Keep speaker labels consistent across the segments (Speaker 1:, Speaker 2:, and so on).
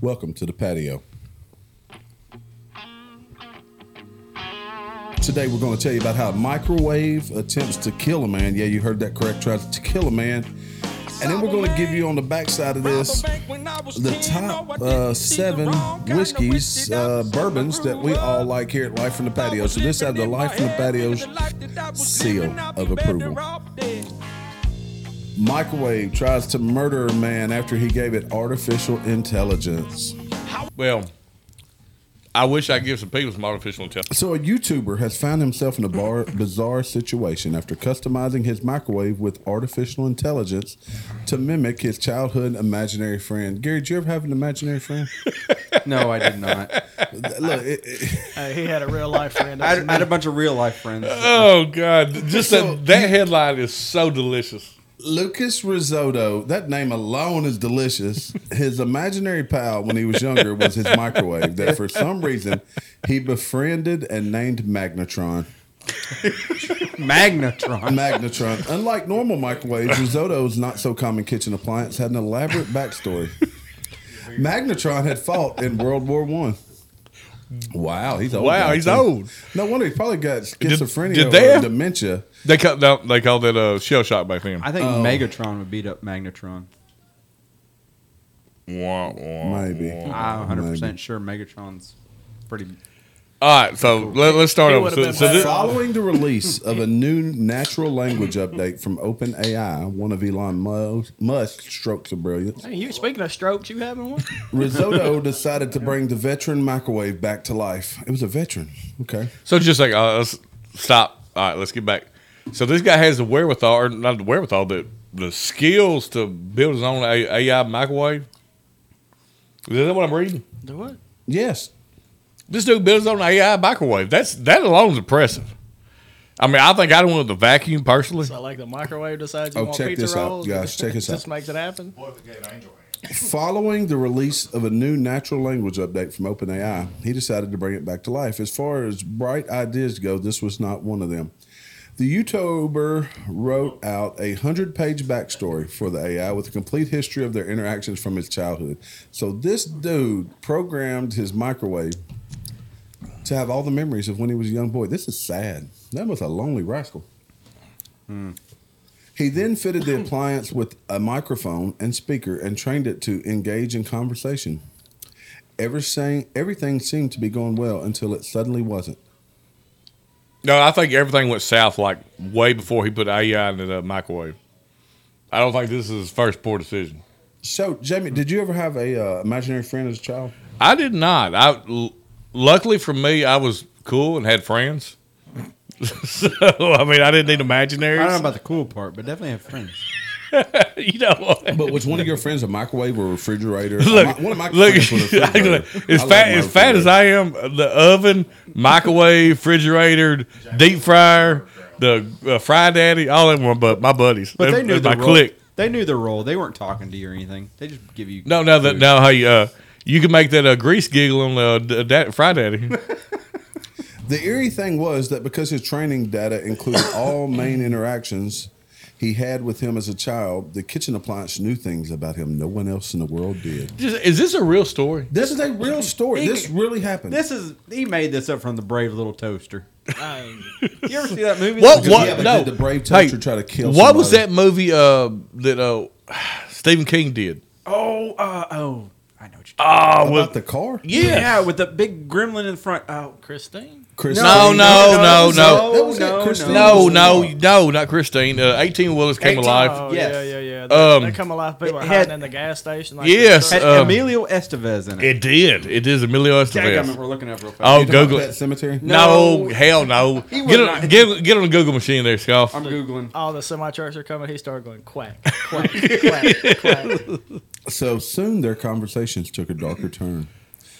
Speaker 1: Welcome to the patio. Today we're going to tell you about how a microwave attempts to kill a man. Yeah, you heard that correct. Tries to kill a man. And then we're going to give you on the backside of this the top uh, seven whiskeys, uh, bourbons that we all like here at Life from the Patio. So this has the Life from the Patio's seal of approval. Microwave tries to murder a man after he gave it artificial intelligence.
Speaker 2: Well, I wish I could give some people some artificial intelligence.
Speaker 1: So, a YouTuber has found himself in a bar- bizarre situation after customizing his microwave with artificial intelligence to mimic his childhood imaginary friend. Gary, did you ever have an imaginary friend?
Speaker 3: No, I did not.
Speaker 1: Look, it, it,
Speaker 4: Hey, he had a real life friend.
Speaker 3: I,
Speaker 4: That's
Speaker 3: I had a bunch of real life friends.
Speaker 2: Oh God! Just that, that headline is so delicious.
Speaker 1: Lucas Risotto, that name alone is delicious. His imaginary pal when he was younger was his microwave that for some reason he befriended and named Magnetron.
Speaker 3: Magnetron.
Speaker 1: Magnetron. Unlike normal microwaves, risotto's not so common kitchen appliance had an elaborate backstory. Magnetron had fought in World War One. Wow, he's old.
Speaker 2: Wow,
Speaker 1: now,
Speaker 2: he's
Speaker 1: too.
Speaker 2: old.
Speaker 1: No wonder he's probably got schizophrenia
Speaker 2: did they
Speaker 1: or
Speaker 2: have-
Speaker 1: dementia.
Speaker 2: They call no, they call that a shell shock back then.
Speaker 3: I think Megatron would beat up Magnetron.
Speaker 2: Wah, wah.
Speaker 1: Maybe.
Speaker 3: I'm 100 percent sure Megatron's pretty.
Speaker 2: All right, so let, us start
Speaker 4: He
Speaker 2: over.
Speaker 4: would've
Speaker 2: So,
Speaker 4: been
Speaker 2: so
Speaker 4: better
Speaker 2: this,
Speaker 4: off.
Speaker 1: Following the release of a new natural language update from OpenAI, one of Elon Musk's- Musk's strokes of brilliance,
Speaker 4: Hey, you speaking of strokes, you having one?
Speaker 1: Risotto decided to bring the veteran microwave back to life. It was a veteran. Okay.
Speaker 2: so just like uh, let's stop. All right, let's get back. So this guy has the wherewithal, or not the wherewithal, the the skills to build his own A- AI microwave. Is that what I'm reading?
Speaker 4: Do what?
Speaker 1: Yes.
Speaker 2: This dude built his own AI microwave. That's that alone's impressive. I mean, I think I'd want the vacuum personally.
Speaker 4: So like the microwave decides you
Speaker 1: Oh,
Speaker 4: want
Speaker 1: check
Speaker 4: pizza
Speaker 1: this out,
Speaker 4: rolls.
Speaker 1: guys. Check this
Speaker 4: Just
Speaker 1: out.
Speaker 4: makes it happen.
Speaker 1: Following the release of a new natural language update from OpenAI, he decided to bring it back to life. As far as bright ideas go, this was not one of them. The YouTuber wrote out a hundred page backstory for the AI with a complete history of their interactions from his childhood. So this dude programmed his microwave to have all the memories of when he was a young boy. This is sad. That was a lonely rascal. He then fitted the appliance with a microphone and speaker and trained it to engage in conversation. Everything, everything seemed to be going well until it suddenly wasn't.
Speaker 2: No, I think everything went south like way before he put AI into the microwave. I don't think this is his first poor decision.
Speaker 1: So, Jamie, did you ever have a uh, imaginary friend as a child?
Speaker 2: I did not. I l- luckily for me, I was cool and had friends. so I mean, I didn't need
Speaker 3: I don't know
Speaker 2: imaginaries.
Speaker 3: about the cool part, but definitely have friends.
Speaker 2: you know what?
Speaker 1: But was one of your friends a microwave or refrigerator?
Speaker 2: Look,
Speaker 1: My- one of my
Speaker 2: look,
Speaker 1: friends was a refrigerator.
Speaker 2: as
Speaker 1: I love
Speaker 2: fat
Speaker 1: my
Speaker 2: as fat as I am, the oven, microwave, refrigerator, deep fryer, the uh, fry daddy, all them were but my buddies.
Speaker 3: But
Speaker 2: They're-
Speaker 3: they knew
Speaker 2: they're
Speaker 3: the
Speaker 2: my
Speaker 3: role.
Speaker 2: clique.
Speaker 3: They knew the role. They weren't talking to you or anything. They just give you
Speaker 2: No, no, that
Speaker 3: food.
Speaker 2: no. Hey, uh, you can make that uh, grease giggle on uh, d- dat- Fry Daddy.
Speaker 1: The eerie thing was that because his training data included all main interactions he had with him as a child, the kitchen appliance knew things about him no one else in the world did.
Speaker 2: Just- is this a real story?
Speaker 1: This is a real story. This really happened.
Speaker 3: This is he made this up from the Brave Little Toaster.
Speaker 4: I-
Speaker 3: You ever see that movie?
Speaker 2: What?
Speaker 1: Yeah,
Speaker 2: What?
Speaker 1: but
Speaker 2: no.
Speaker 1: did the brave teacher try to kill
Speaker 2: What was that
Speaker 1: somebody?
Speaker 2: movie uh, that uh, Stephen King did?
Speaker 3: Oh, uh, oh, I know what you're talking.
Speaker 2: Ah,
Speaker 1: about
Speaker 2: well,
Speaker 1: the car?
Speaker 2: yeah.
Speaker 3: Yeah, with the big gremlin in the front. Oh,
Speaker 4: Christine.
Speaker 1: Christine.
Speaker 2: No, no, no, no,
Speaker 1: no. That was it, Christine.
Speaker 2: no, no, no, not Christine. Uh, Eighteen Willis came
Speaker 3: 18
Speaker 2: alive.
Speaker 4: Oh
Speaker 3: Yes.
Speaker 4: yeah, yeah, yeah. They,
Speaker 2: Um,
Speaker 4: they come alive. People are
Speaker 3: it
Speaker 4: hiding
Speaker 3: had-
Speaker 4: in the gas station. Like
Speaker 2: Yes.
Speaker 3: Had
Speaker 4: they're-
Speaker 2: Um,
Speaker 3: Emilio Estevez in it.
Speaker 2: It did. It is Emilio
Speaker 3: Dadgummit,
Speaker 2: Estevez.
Speaker 3: we're looking up real fast.
Speaker 2: Oh,
Speaker 1: You talking about
Speaker 2: Google
Speaker 1: Pet
Speaker 2: it.
Speaker 1: Cemetery.
Speaker 2: No,
Speaker 3: No.
Speaker 2: hell no.
Speaker 3: He
Speaker 2: Get
Speaker 3: would
Speaker 2: on,
Speaker 3: not.
Speaker 2: get, get on the Google machine there, Scoff.
Speaker 3: I'm googling.
Speaker 4: all the semi trucks are coming. He started going quack, quack, quack, quack.
Speaker 1: So soon their conversations took a darker turn.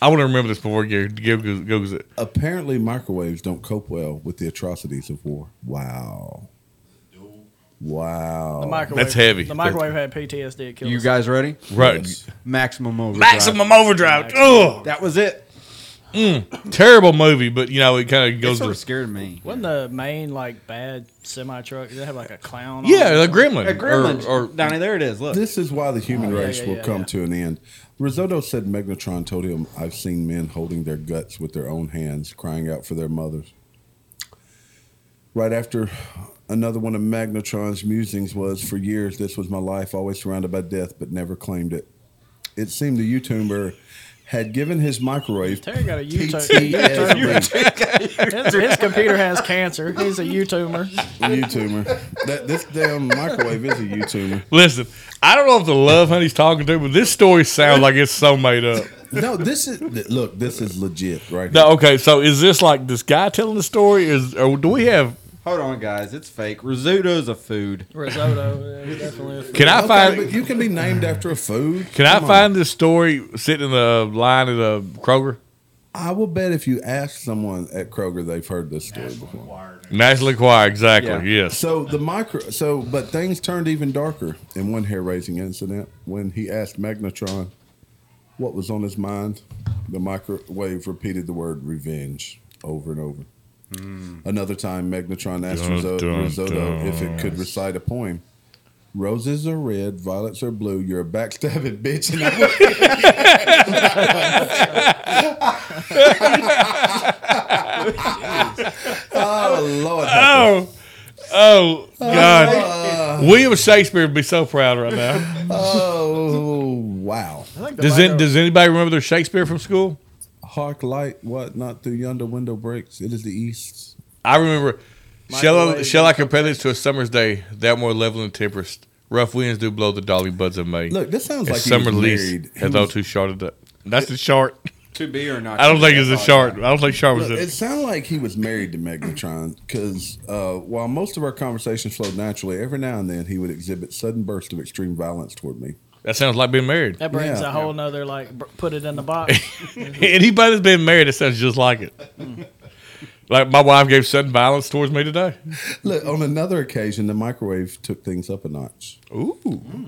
Speaker 2: I want to remember this before Gary Google- Googles it.
Speaker 1: Apparently, microwaves don't cope well with the atrocities of war. Wow. Wow. Oh,
Speaker 4: The microwave.
Speaker 2: That's heavy.
Speaker 4: The microwave had PTSD. It killed
Speaker 3: You
Speaker 4: us.
Speaker 3: guys ready?
Speaker 2: Right.
Speaker 3: Maximum overdrive.
Speaker 2: Maximum Overdrive. Ugh.
Speaker 3: That was it.
Speaker 2: terrible movie, but you know it kind of
Speaker 3: It
Speaker 2: goes.
Speaker 3: sort of
Speaker 2: To,
Speaker 3: scared me.
Speaker 4: Wasn't the main like bad semi truck? Did it have like a clown? on
Speaker 2: yeah,
Speaker 4: it?
Speaker 2: the Gremlin.
Speaker 3: A gremlin.
Speaker 2: Or, or
Speaker 3: Donnie, there it is. Look.
Speaker 1: This is why the human
Speaker 4: Oh, yeah,
Speaker 1: race
Speaker 4: yeah,
Speaker 1: will
Speaker 4: yeah,
Speaker 1: come
Speaker 4: yeah.
Speaker 1: to an end. Risotto said Megatron told him, I've seen men holding their guts with their own hands, crying out for their mothers. Right after another one of Magnetron's musings was, For years, this was my life, always surrounded by death, but never claimed it. It seemed the YouTuber had given his microwave
Speaker 4: Terry got a YouTuber.
Speaker 1: PTSD.
Speaker 4: His, his computer has cancer. He's a YouTuber.
Speaker 1: YouTuber. That, this damn microwave is a YouTuber.
Speaker 2: Listen, I don't know if the love honey's talking to, but this story sounds like it's so made up.
Speaker 1: No, this is look. This is legit, right?
Speaker 2: No, okay, so is this like this guy telling the story? Is or do we have?
Speaker 3: Hold on, guys. It's fake. Risotto's a food.
Speaker 4: Risotto, yeah, definitely. a-
Speaker 2: Can I
Speaker 1: Okay,
Speaker 2: find?
Speaker 1: but you can be named after a food.
Speaker 2: Can I
Speaker 1: Come on.
Speaker 2: find this story sitting in the line at a Kroger?
Speaker 1: I will bet if you ask someone at Kroger, they've heard this story before.
Speaker 2: National Enquirer, exactly.
Speaker 3: Yeah.
Speaker 2: Yes.
Speaker 1: So the micro, so but things turned even darker in one hair-raising incident when he asked Magnetron what was on his mind. The microwave repeated the word revenge over and over. Another time, Magnetron asked
Speaker 2: Hmm. Dun,
Speaker 1: Risotto,
Speaker 2: dun,
Speaker 1: Risotto
Speaker 2: dun.
Speaker 1: if it could recite a poem. Roses are red, violets are blue. You're a backstabbing bitch. And I oh Lord,
Speaker 2: Oh, oh God! William Shakespeare would be so proud right now.
Speaker 1: oh wow.
Speaker 4: I think the
Speaker 2: Does it,
Speaker 4: micro-
Speaker 2: Does anybody remember their Shakespeare from school?
Speaker 1: Hark light, what not through yonder window breaks. It is the east.
Speaker 2: I remember. Shall I,
Speaker 4: Microwave
Speaker 2: shall I compare this to a summer's day that more level and temperest? Rough winds do blow the dolly buds of May.
Speaker 1: Look, this sounds
Speaker 2: A
Speaker 1: like he
Speaker 2: summer
Speaker 1: was
Speaker 2: lease
Speaker 1: married. He
Speaker 2: as though
Speaker 1: was-
Speaker 2: too short of that. That's the shark.
Speaker 3: To be or not.
Speaker 2: I don't
Speaker 3: to be,
Speaker 2: think it's a
Speaker 3: thought
Speaker 2: shark. I
Speaker 3: that.
Speaker 2: don't think shark was
Speaker 1: Look, it
Speaker 2: it.
Speaker 1: sounded like he was married to Megatron because uh, while most of our conversations flowed naturally, every now and then he would exhibit sudden bursts of extreme violence toward me.
Speaker 2: That sounds like being married.
Speaker 4: That brings
Speaker 1: Yeah.
Speaker 4: a whole nother like br- put it in the box.
Speaker 2: Anybody that's been married, it sounds just like it.
Speaker 1: Hmm.
Speaker 2: like my wife gave sudden violence towards me today.
Speaker 1: Look, on another occasion, the microwave took things up a notch.
Speaker 2: Ooh.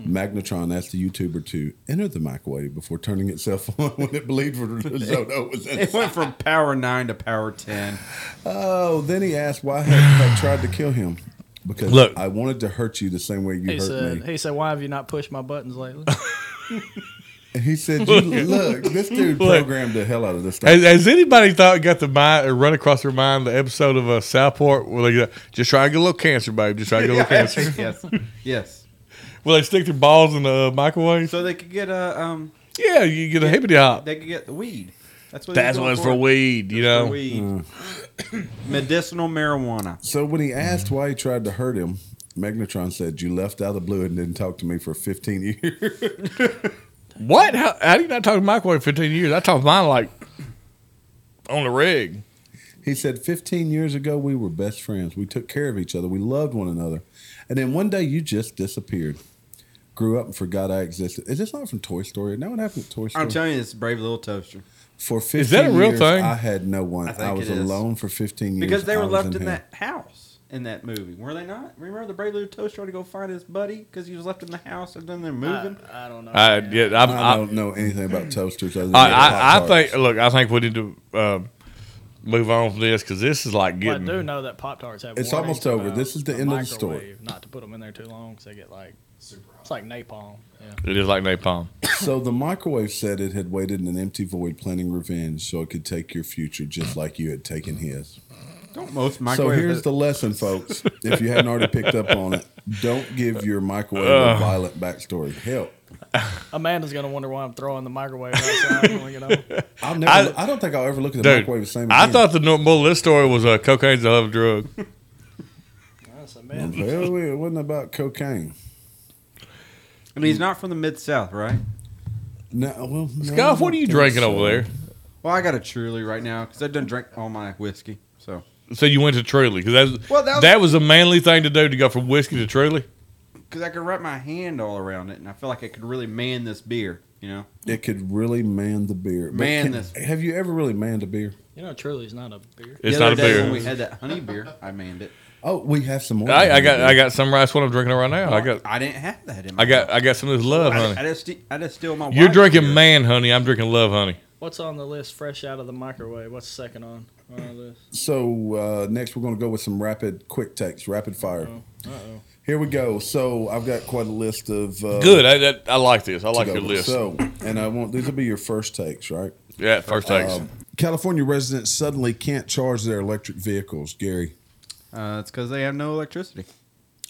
Speaker 1: Magnetron asked the YouTuber to enter the microwave before turning itself on when it believed Risotto was in
Speaker 3: It went from power nine to power ten.
Speaker 1: Oh, then he asked why had I tried to kill him because
Speaker 2: Look.
Speaker 1: I wanted to hurt you the same way you
Speaker 4: He
Speaker 1: hurt
Speaker 4: said,
Speaker 1: me.
Speaker 4: he said, why have you not pushed my buttons lately?
Speaker 1: And he said, you, "Look, this dude
Speaker 2: Look.
Speaker 1: programmed the hell out of this stuff."
Speaker 2: Has, has anybody thought got the mind or run across their mind the episode of uh, Southport where they go, just try and get a little cancer, babe. Just try and get a little cancer.
Speaker 3: yes. Yes.
Speaker 2: Will they stick their balls in the uh, microwave?
Speaker 3: So they could get a um.
Speaker 2: yeah, you get a hippity hop.
Speaker 3: They could get the weed. That's what.
Speaker 2: That's
Speaker 3: they're
Speaker 2: what's
Speaker 3: going
Speaker 2: for weed, you know.
Speaker 3: For weed.
Speaker 2: Mm.
Speaker 3: Medicinal marijuana.
Speaker 1: so when he asked why he tried to hurt him, Magnetron said, "You left out of the blue and didn't talk to me for 15 years."
Speaker 2: What? How, how do you not talk to microwave for 15 years? I talk mine like on the rig.
Speaker 1: he said, "15 years ago, we were best friends. We took care of each other. We loved one another. And then one day, you just disappeared." Grew up and forgot I existed. Is this not from Toy Story? No, it happened to Toy Story.
Speaker 3: I'm telling you, it's brave little toaster.
Speaker 1: for 15
Speaker 2: Is that a real
Speaker 1: years,
Speaker 2: thing?
Speaker 1: I had no one. I,
Speaker 3: think
Speaker 1: was
Speaker 3: it is.
Speaker 1: alone for 15 years.
Speaker 3: Because they
Speaker 1: I
Speaker 3: were
Speaker 1: was
Speaker 3: left in,
Speaker 1: hell.
Speaker 3: that house in that movie, were they not? Remember the brave little toaster tried to go find his buddy because he was left in the house and then they're moving.
Speaker 4: I, I don't know.
Speaker 2: I,
Speaker 4: man.
Speaker 2: yeah, I'm,
Speaker 1: I
Speaker 2: I,
Speaker 1: don't know anything about toasters. Other than
Speaker 2: I,
Speaker 1: the
Speaker 2: I, I
Speaker 1: Pop-Tarts.
Speaker 2: think, look, I think we need to uh, move on from this because this is like
Speaker 4: Well, I
Speaker 2: getting.
Speaker 4: do know that Pop Tarts have.
Speaker 1: It's
Speaker 4: warnings
Speaker 1: almost over.
Speaker 4: about
Speaker 1: This is the end of the
Speaker 4: microwave,
Speaker 1: story.
Speaker 4: Not to put them in there too long because they get like It's like napalm. Yeah.
Speaker 2: It is like napalm.
Speaker 1: so. The microwave said it had waited in an empty void, planning revenge, so it could take your future just like you had taken his.
Speaker 3: Don't most
Speaker 1: So
Speaker 3: microwave.
Speaker 1: here's the lesson, folks. If you hadn't already picked up on it, don't give your microwave a violent backstory. Hell,
Speaker 4: Amanda's gonna wonder why I'm throwing the microwave outside. when, you know,
Speaker 1: I'll never. I, don't think I'll ever look at the
Speaker 2: Dude,
Speaker 1: microwave the same.
Speaker 2: I
Speaker 1: again.
Speaker 2: thought the nor- moral of this story was uh, cocaine's a love drug.
Speaker 4: that's Amanda.
Speaker 1: Well, it wasn't about cocaine.
Speaker 3: and he's not from the mid south, right?
Speaker 1: No, well, no,
Speaker 2: Goff, what are you drinking over there?
Speaker 3: Well, I got a truly right now because I done drank all my whiskey. So
Speaker 2: So you went to Truly because that,
Speaker 3: Well, that
Speaker 2: that,
Speaker 3: was-
Speaker 2: was a manly thing to do to go from whiskey to Truly.
Speaker 3: because I could wrap my hand all around it, and I feel like I could really man this beer. You know,
Speaker 1: It could really man the beer. But
Speaker 3: Man
Speaker 1: can-
Speaker 3: this.
Speaker 1: Have you ever really manned a beer?
Speaker 4: You know, Truly's not a beer.
Speaker 2: It's
Speaker 3: The
Speaker 2: not
Speaker 3: other
Speaker 2: a
Speaker 3: day When we
Speaker 2: beer.
Speaker 3: had that honey beer, I manned it.
Speaker 1: Oh, we have some more.
Speaker 2: I, I got I got some rice. What I'm drinking right now. I got
Speaker 3: I didn't have that in my.
Speaker 2: I got I got some of this love,
Speaker 3: I,
Speaker 2: honey.
Speaker 3: I just I just steal my.
Speaker 2: You're
Speaker 3: wife's
Speaker 2: drinking
Speaker 3: beer.
Speaker 2: man, honey. I'm drinking love, honey.
Speaker 4: What's on the list? Fresh out of the microwave. What's second on? on the list?
Speaker 2: Uh-huh.
Speaker 1: So uh, next, we're going to go with some rapid, quick takes, rapid fire.
Speaker 4: Uh oh.
Speaker 1: Here we go. So I've got quite a list of uh,
Speaker 2: Good. I, that, I like this. I
Speaker 1: to
Speaker 2: like
Speaker 1: go
Speaker 2: your
Speaker 1: with.
Speaker 2: list.
Speaker 1: So, and I want these will be your first takes, right?
Speaker 2: yeah, first takes.
Speaker 1: Um, California residents suddenly can't charge their electric vehicles. Gary,
Speaker 3: Uh, it's because they have no electricity.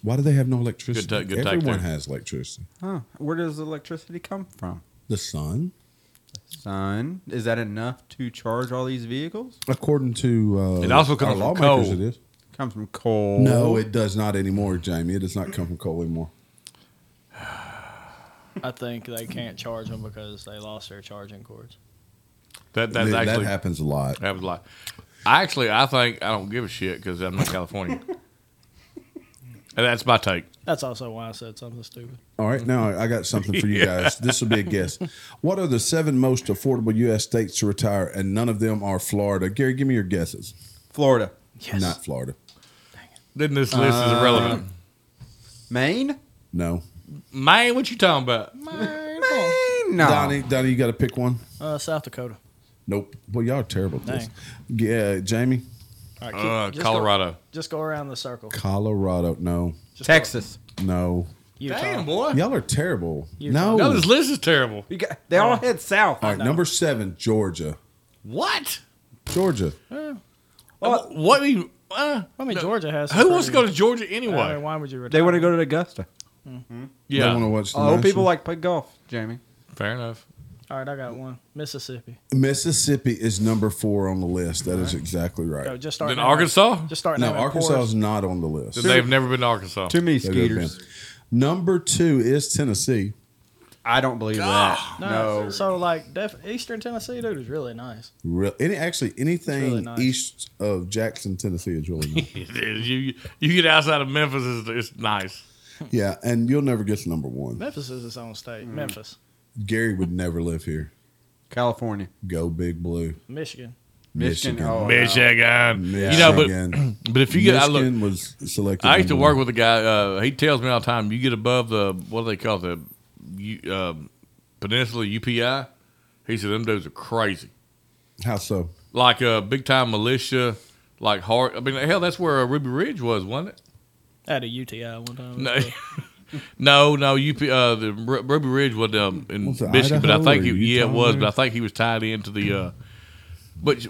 Speaker 1: why do they have no electricity?
Speaker 2: Good take- good take
Speaker 1: Everyone
Speaker 2: there.
Speaker 1: has electricity.
Speaker 3: Huh. Where does electricity come from?
Speaker 1: The sun,
Speaker 3: Sun. Is that enough to charge all these vehicles?
Speaker 1: according to uh,
Speaker 2: It also comes
Speaker 1: our
Speaker 2: from
Speaker 1: lawmakers,
Speaker 2: coal.
Speaker 1: It is.
Speaker 3: Comes from coal.
Speaker 1: No, it does not anymore, Jamie. It does not come from coal anymore.
Speaker 4: I think they can't charge them because they lost their charging cords.
Speaker 2: that
Speaker 1: that,
Speaker 2: that's
Speaker 1: that
Speaker 2: actually
Speaker 1: happens a lot.
Speaker 2: that was like. I actually I think I don't give a shit because I'm not California. and that's my take.
Speaker 4: That's also why I said something stupid.
Speaker 1: All right, now I got something for you guys. This will be a guess. What are the seven most affordable U.S. states to retire, and none of them are Florida? Gary, give me your guesses.
Speaker 3: Florida.
Speaker 4: Yes.
Speaker 1: Not Florida.
Speaker 2: Then this list is irrelevant.
Speaker 3: Uh, Maine.
Speaker 1: No.
Speaker 2: Man, what you talking about?
Speaker 3: Maine. No.
Speaker 1: Donnie, Donnie, you got to pick one.
Speaker 4: Uh, South Dakota.
Speaker 1: Nope. Well, y'all are terrible at this. Yeah, Jamie.
Speaker 4: All right, keep-
Speaker 2: Uh,
Speaker 4: just go-
Speaker 2: Colorado.
Speaker 4: just go around the circle.
Speaker 1: Colorado. No.
Speaker 4: Just go-
Speaker 3: Texas.
Speaker 1: No.
Speaker 4: Utah.
Speaker 2: Damn boy.
Speaker 1: Y'all are terrible. No.
Speaker 4: Utah.
Speaker 2: No, this list is terrible.
Speaker 3: You got, they all head south.
Speaker 1: All right, number seven, Georgia.
Speaker 2: What?
Speaker 1: Georgia.
Speaker 2: What? what do you, uh,
Speaker 4: I mean, Georgia has. some
Speaker 2: who wants to
Speaker 4: pretty-
Speaker 2: go to Georgia
Speaker 4: I
Speaker 2: anyway?
Speaker 4: mean, why would you? Retire?
Speaker 3: They want to go to Augusta.
Speaker 1: Y'all
Speaker 2: yeah,
Speaker 1: wanna watch the
Speaker 3: Oh,
Speaker 1: national-
Speaker 3: people like play golf, Jamie.
Speaker 2: fair enough.
Speaker 4: All right, I got one. Mississippi.
Speaker 1: Mississippi is number four on the list. That is exactly right.
Speaker 4: Go, just start.
Speaker 2: Then
Speaker 4: naming-
Speaker 2: Arkansas.
Speaker 4: Just start.
Speaker 1: No,
Speaker 4: naming
Speaker 1: Arkansas
Speaker 4: ports.
Speaker 1: is not on the list.
Speaker 2: Then they've never been to Arkansas.
Speaker 3: Too many
Speaker 1: They've never
Speaker 3: skeeters.
Speaker 1: been. Number two is Tennessee.
Speaker 3: I don't believe that.
Speaker 4: No.
Speaker 3: Ah, No.
Speaker 4: So like, def- Eastern Tennessee, dude, is really nice.
Speaker 1: Real, any actually anything
Speaker 4: really nice.
Speaker 1: east of Jackson, Tennessee is really nice.
Speaker 2: It is. you you get outside of Memphis, it's, it's nice.
Speaker 1: yeah, and you'll never guess number one.
Speaker 4: Memphis is its own state.
Speaker 2: Mm.
Speaker 4: Memphis,
Speaker 1: Gary would never live here.
Speaker 3: California.
Speaker 1: Go Big Blue,
Speaker 4: Michigan.
Speaker 3: Michigan. Oh,
Speaker 2: Michigan.
Speaker 1: Michigan.
Speaker 2: You know, but but if you get, I look.
Speaker 1: Michigan was selected.
Speaker 2: I used to
Speaker 1: number
Speaker 2: work
Speaker 1: one.
Speaker 2: with a guy. Uh, he tells me all the time. You get above the what do they call the U- um peninsula UPI. He said them dudes are crazy,
Speaker 1: How so?
Speaker 2: like a uh, big time militia, like hard. I mean, hell, that's where uh, Ruby Ridge was, wasn't it?
Speaker 4: I had a UTI one time.
Speaker 2: No, no, no. You uh, the Ru- Ruby Ridge was um, in
Speaker 1: Was it
Speaker 2: Michigan, but I
Speaker 1: Idaho
Speaker 2: think
Speaker 1: or
Speaker 2: he, yeah, it
Speaker 1: Utah
Speaker 2: was,
Speaker 1: or-
Speaker 2: but I think he was tied into the. Uh, but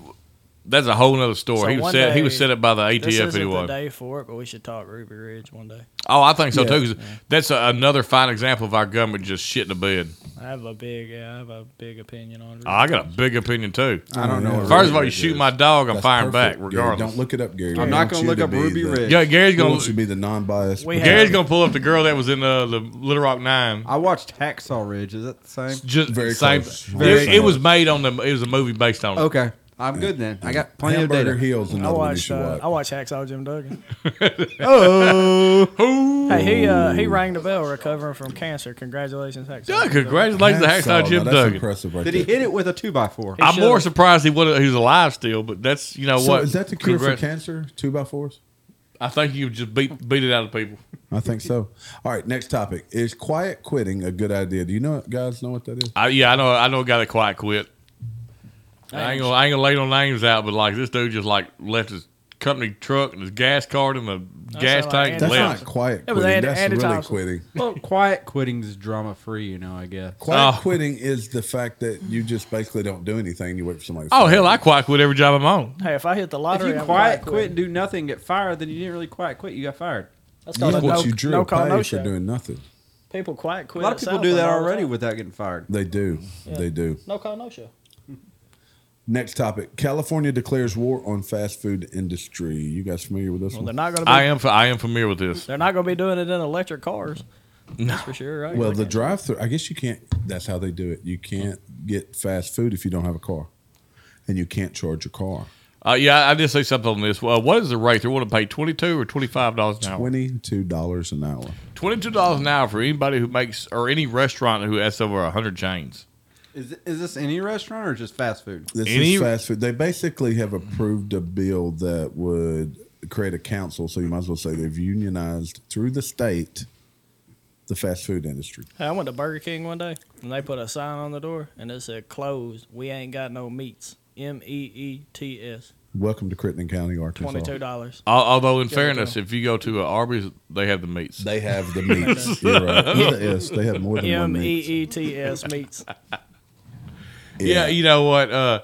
Speaker 2: that's a whole nother story.
Speaker 4: So
Speaker 2: he was
Speaker 4: one
Speaker 2: set. he
Speaker 4: day-
Speaker 2: was set up by the
Speaker 4: This
Speaker 2: ATF
Speaker 4: isn't the
Speaker 2: anyway.
Speaker 4: day for it, but we should talk Ruby Ridge one day.
Speaker 2: Oh, I think so too. 'cause
Speaker 4: Yeah.
Speaker 2: That's a, another fine example of our government just shitting the bed. Oh,
Speaker 4: I have a big, yeah, I have a big opinion on. Ruby.
Speaker 2: I got a big opinion too.
Speaker 3: I don't know.
Speaker 1: Oh, Yeah.
Speaker 2: First of all,
Speaker 1: Ruby
Speaker 2: you
Speaker 1: Ridge
Speaker 2: shoot
Speaker 1: is-
Speaker 2: my dog, I'm
Speaker 1: That's perfect,
Speaker 2: firing back,
Speaker 1: Gary.
Speaker 2: regardless.
Speaker 1: don't look it up, Gary.
Speaker 3: I'm
Speaker 1: I
Speaker 3: not
Speaker 1: want
Speaker 3: gonna
Speaker 1: you
Speaker 3: look
Speaker 1: to
Speaker 3: up
Speaker 1: be
Speaker 3: Ruby
Speaker 1: the-
Speaker 3: Ridge.
Speaker 2: Yeah, Gary's
Speaker 1: He wants you to
Speaker 2: gonna
Speaker 1: be the non-biased.
Speaker 4: We
Speaker 2: Gary's
Speaker 4: have-
Speaker 2: gonna pull up the girl that was in uh, the Little Rock Nine.
Speaker 3: I watched Hacksaw Ridge. Is that the same?
Speaker 2: Just
Speaker 1: Very
Speaker 2: same.
Speaker 1: close.
Speaker 2: It-
Speaker 1: Very
Speaker 2: it,
Speaker 1: close.
Speaker 2: was made on the. It was a movie based on. it.
Speaker 3: Okay. I'm good then. I got plenty
Speaker 1: Hamburger
Speaker 3: of data.
Speaker 1: Hill's
Speaker 4: I
Speaker 1: another one you
Speaker 4: watched.
Speaker 1: should
Speaker 4: Uh, I
Speaker 1: watch.
Speaker 4: watched Hacksaw Jim Duggan.
Speaker 3: Oh.
Speaker 4: hey, he uh, he rang the bell, recovering from cancer. Congratulations, Hacksaw.
Speaker 2: Yeah,
Speaker 4: Jim Duggan.
Speaker 2: congratulations to
Speaker 1: Hacksaw,
Speaker 2: Hacksaw
Speaker 1: now
Speaker 2: Jim
Speaker 1: that's
Speaker 2: Duggan.
Speaker 1: impressive right
Speaker 3: Did he
Speaker 1: there.
Speaker 3: hit it with a two by four?
Speaker 2: I'm
Speaker 4: should've-
Speaker 2: more surprised he was he's alive still, but that's you know
Speaker 1: So
Speaker 2: what.
Speaker 1: is that the cure
Speaker 2: Congrats-
Speaker 1: for cancer? Two by fours?
Speaker 2: I think you just beat beat it out of people.
Speaker 1: I think so. All right, next topic is quiet quitting a good idea? Do you know, guys, know what that is?
Speaker 2: I, yeah, I know. I know. A guy that quiet quit. I ain't
Speaker 4: Names.
Speaker 2: gonna I ain't gonna lay no names out, but like this dude just like left his company truck and his gas card in the gas
Speaker 4: sound like
Speaker 2: tank. and
Speaker 4: Andy
Speaker 1: That's
Speaker 2: left.
Speaker 1: not quiet
Speaker 4: It was
Speaker 1: quitting.
Speaker 4: Andy-
Speaker 1: That's
Speaker 4: Andy
Speaker 1: really
Speaker 4: Thompson.
Speaker 1: quitting.
Speaker 3: Well, quiet quitting's drama free, you know, I guess.
Speaker 1: Quiet
Speaker 2: Oh.
Speaker 1: quitting is the fact that you just basically don't do anything. You wait for somebody. to
Speaker 2: Oh
Speaker 1: fire
Speaker 2: hell,
Speaker 1: you.
Speaker 2: I quiet quit every job I'm on.
Speaker 4: Hey, if I hit the
Speaker 3: If
Speaker 4: lottery,
Speaker 3: you
Speaker 4: I'm
Speaker 3: quiet quit
Speaker 4: quitting.
Speaker 3: and do nothing, get fired, then you didn't really quiet quit. You got fired.
Speaker 4: That's
Speaker 1: You
Speaker 4: called
Speaker 1: know
Speaker 4: a
Speaker 1: what
Speaker 4: no,
Speaker 1: you drew
Speaker 4: no
Speaker 1: a
Speaker 4: call,
Speaker 1: pay
Speaker 4: no
Speaker 1: for
Speaker 4: show.
Speaker 1: doing nothing.
Speaker 4: People quiet quit.
Speaker 3: A lot
Speaker 4: at
Speaker 3: of people
Speaker 4: South
Speaker 3: do
Speaker 4: End
Speaker 3: that
Speaker 4: all the
Speaker 3: already
Speaker 4: time.
Speaker 3: without getting fired.
Speaker 1: They do.
Speaker 4: Yeah.
Speaker 1: They do.
Speaker 4: No call, no show.
Speaker 1: Next topic: California declares war on fast food industry. You guys familiar with this
Speaker 4: Well, they're
Speaker 1: one?
Speaker 4: not gonna. Be,
Speaker 2: I am fa- I am familiar with this.
Speaker 4: They're not gonna be doing it in electric cars. That's for sure, right?
Speaker 1: Well,
Speaker 4: They
Speaker 1: the
Speaker 4: can't-
Speaker 1: drive-through. I guess you can't. That's how they do it. You can't get fast food if you don't have a car, and you can't charge your car.
Speaker 2: Uh, yeah, I did say something on this. Well, what is the rate? They're willing to pay twenty two or twenty five dollars an hour.
Speaker 1: Twenty-two dollars an hour.
Speaker 2: Twenty two dollars an hour for anybody who makes or any restaurant who has over hundred chains.
Speaker 3: Is, is this any restaurant or just fast food?
Speaker 1: This
Speaker 2: Any-
Speaker 1: is fast food. They basically have approved a bill that would create a council. So you might as well say they've unionized through the state the fast food industry.
Speaker 4: Hey, I went to Burger King one day, and they put a sign on the door, and it said "closed. We ain't got no meats." M E E T S.
Speaker 1: Welcome to Crittenden County, Arkansas.
Speaker 4: Twenty-two dollars.
Speaker 2: Al- Although, in
Speaker 4: Yeah,
Speaker 2: fairness,
Speaker 4: they
Speaker 2: if you go to a Arby's, they have the meats.
Speaker 1: They have the meats. You're right. With the S, they have more than one
Speaker 4: M E
Speaker 1: meat.
Speaker 4: E T S meats.
Speaker 2: yeah. you know what? Uh,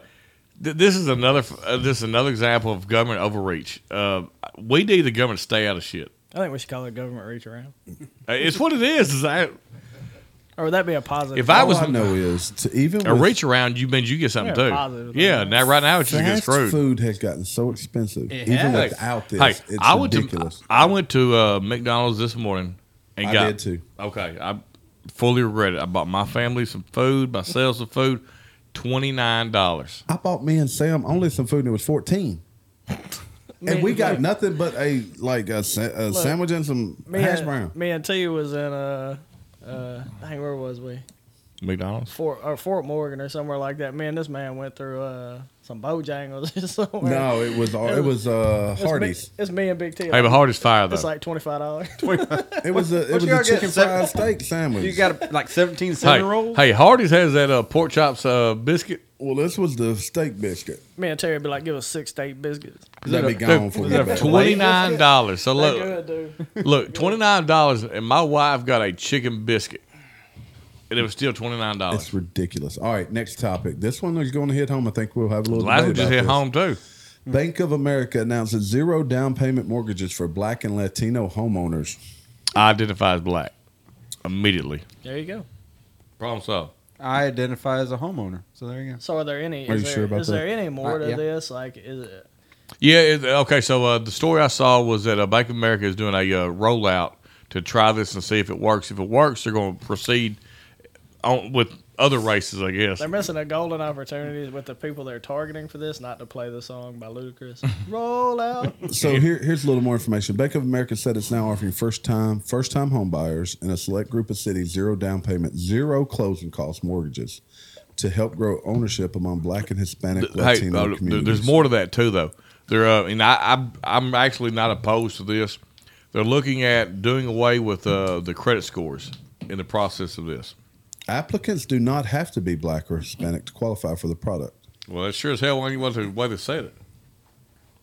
Speaker 2: th- this is another f- uh, this is another example of government overreach. Uh, we need the government to stay out of shit.
Speaker 4: I think we should call it government reach around.
Speaker 2: Uh, It's what it is. is I,
Speaker 4: Or would that be a positive?
Speaker 2: If I
Speaker 1: All
Speaker 2: was-
Speaker 1: I know is to even
Speaker 2: a
Speaker 1: with
Speaker 2: reach around you means you get something
Speaker 4: Yeah,
Speaker 2: too.
Speaker 4: positive.
Speaker 2: yeah, now right now it's just getting
Speaker 1: fast
Speaker 2: screwed.
Speaker 1: food has gotten so expensive.
Speaker 3: It
Speaker 1: even
Speaker 3: has.
Speaker 1: without this,
Speaker 2: Hey,
Speaker 1: it's
Speaker 2: I went
Speaker 1: ridiculous.
Speaker 2: to I went to uh, McDonald's this morning and
Speaker 1: I
Speaker 2: got
Speaker 1: did too.
Speaker 2: Okay, I fully regret it. I bought my family some food, myself some food, twenty nine dollars.
Speaker 1: I bought me and Sam only some food and it was fourteen. And we got nothing but a like a, sa- a sandwich and some
Speaker 4: me
Speaker 1: hash
Speaker 4: and,
Speaker 1: brown.
Speaker 4: Me and T was in uh uh, dang, where was we?
Speaker 2: McDonald's.
Speaker 4: Fort or Fort Morgan or somewhere like that. Me and this man went through uh, some Bojangles or somewhere.
Speaker 1: No, it was it was uh,
Speaker 4: It's me-
Speaker 1: Hardee's.
Speaker 4: It's me, and Big T.
Speaker 2: Hey, but hard as fire though.
Speaker 4: it's like twenty five dollars.
Speaker 1: It was a it was
Speaker 3: y'all
Speaker 1: a
Speaker 3: get?
Speaker 1: chicken
Speaker 3: Seven-
Speaker 1: fried steak sandwich.
Speaker 3: You got like 17
Speaker 2: hey,
Speaker 3: cinnamon rolls?
Speaker 2: hey, Hardee's has that uh, pork chops uh, biscuit.
Speaker 1: well, this was the steak biscuit.
Speaker 4: Me and Terry would be like, give us six to eight biscuits.
Speaker 1: That'd be gone for me. baby.
Speaker 2: Twenty nine dollars. So
Speaker 4: They
Speaker 2: look,
Speaker 4: good, dude.
Speaker 2: look, twenty nine dollars, and my wife got a chicken biscuit, and it was still twenty nine dollars.
Speaker 1: It's ridiculous. All right, next topic. This one is going to hit home. I think we'll have a little.
Speaker 2: Last
Speaker 1: debate
Speaker 2: one just
Speaker 1: about
Speaker 2: hit
Speaker 1: this.
Speaker 2: home too.
Speaker 1: Bank of America announces zero down payment mortgages for Black and Latino homeowners.
Speaker 2: I identify as black immediately.
Speaker 4: There you go.
Speaker 2: Problem solved.
Speaker 3: I identify as a homeowner. So there you go.
Speaker 4: So are there any? Is
Speaker 1: Are you
Speaker 4: there,
Speaker 1: sure about
Speaker 4: is
Speaker 1: that?
Speaker 4: there any more
Speaker 3: Uh,
Speaker 4: to
Speaker 3: yeah.
Speaker 4: this? Like, is it?
Speaker 2: Yeah. It, okay. So uh, the story I saw was that uh, Bank of America is doing a uh, rollout to try this and see if it works. If it works, they're going to proceed on with other races, I guess.
Speaker 4: They're missing a golden opportunity with the people they're targeting for this, not to play the song by Ludacris. Roll out.
Speaker 1: So here, here's a little more information. Bank of America said it's now offering first time first time home buyers in a select group of cities zero down payment, zero closing costs mortgages to help grow ownership among Black and Hispanic
Speaker 2: Hey,
Speaker 1: Latino
Speaker 2: uh, there-
Speaker 1: communities.
Speaker 2: there's more to that too, though. They're uh, and I, I I'm actually not opposed to this. They're looking at doing away with uh, the credit scores in the process of this.
Speaker 1: Applicants do not have to be Black or Hispanic to qualify for the product.
Speaker 2: Well, that sure as hell why you want to way they said it.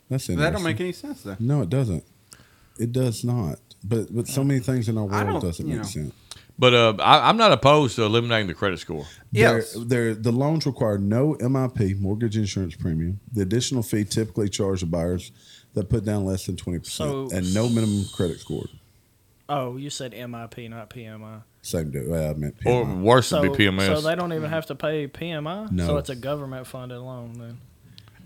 Speaker 1: That's
Speaker 3: That
Speaker 1: interesting.
Speaker 3: don't make any sense, though.
Speaker 1: no, it doesn't. It does not. But with so many things in our
Speaker 3: Uh, I
Speaker 1: world,
Speaker 3: don't-
Speaker 1: doesn't
Speaker 3: you
Speaker 1: make
Speaker 3: know.
Speaker 1: sense.
Speaker 2: But uh, I, I'm not opposed to eliminating the credit score.
Speaker 3: Yes.
Speaker 1: They're, they're- the loans require no MIP, mortgage insurance premium, the additional fee typically charged to buyers that put down less than 20%,
Speaker 4: So-
Speaker 1: and no minimum credit score.
Speaker 4: Oh, you said MIP, not PMI.
Speaker 1: Same deal. Well, I meant
Speaker 2: Or
Speaker 1: PMI.
Speaker 2: worse,
Speaker 4: So,
Speaker 2: would be PMS.
Speaker 4: so they don't even have to pay PMI.
Speaker 1: No.
Speaker 4: So it's a government funded loan then.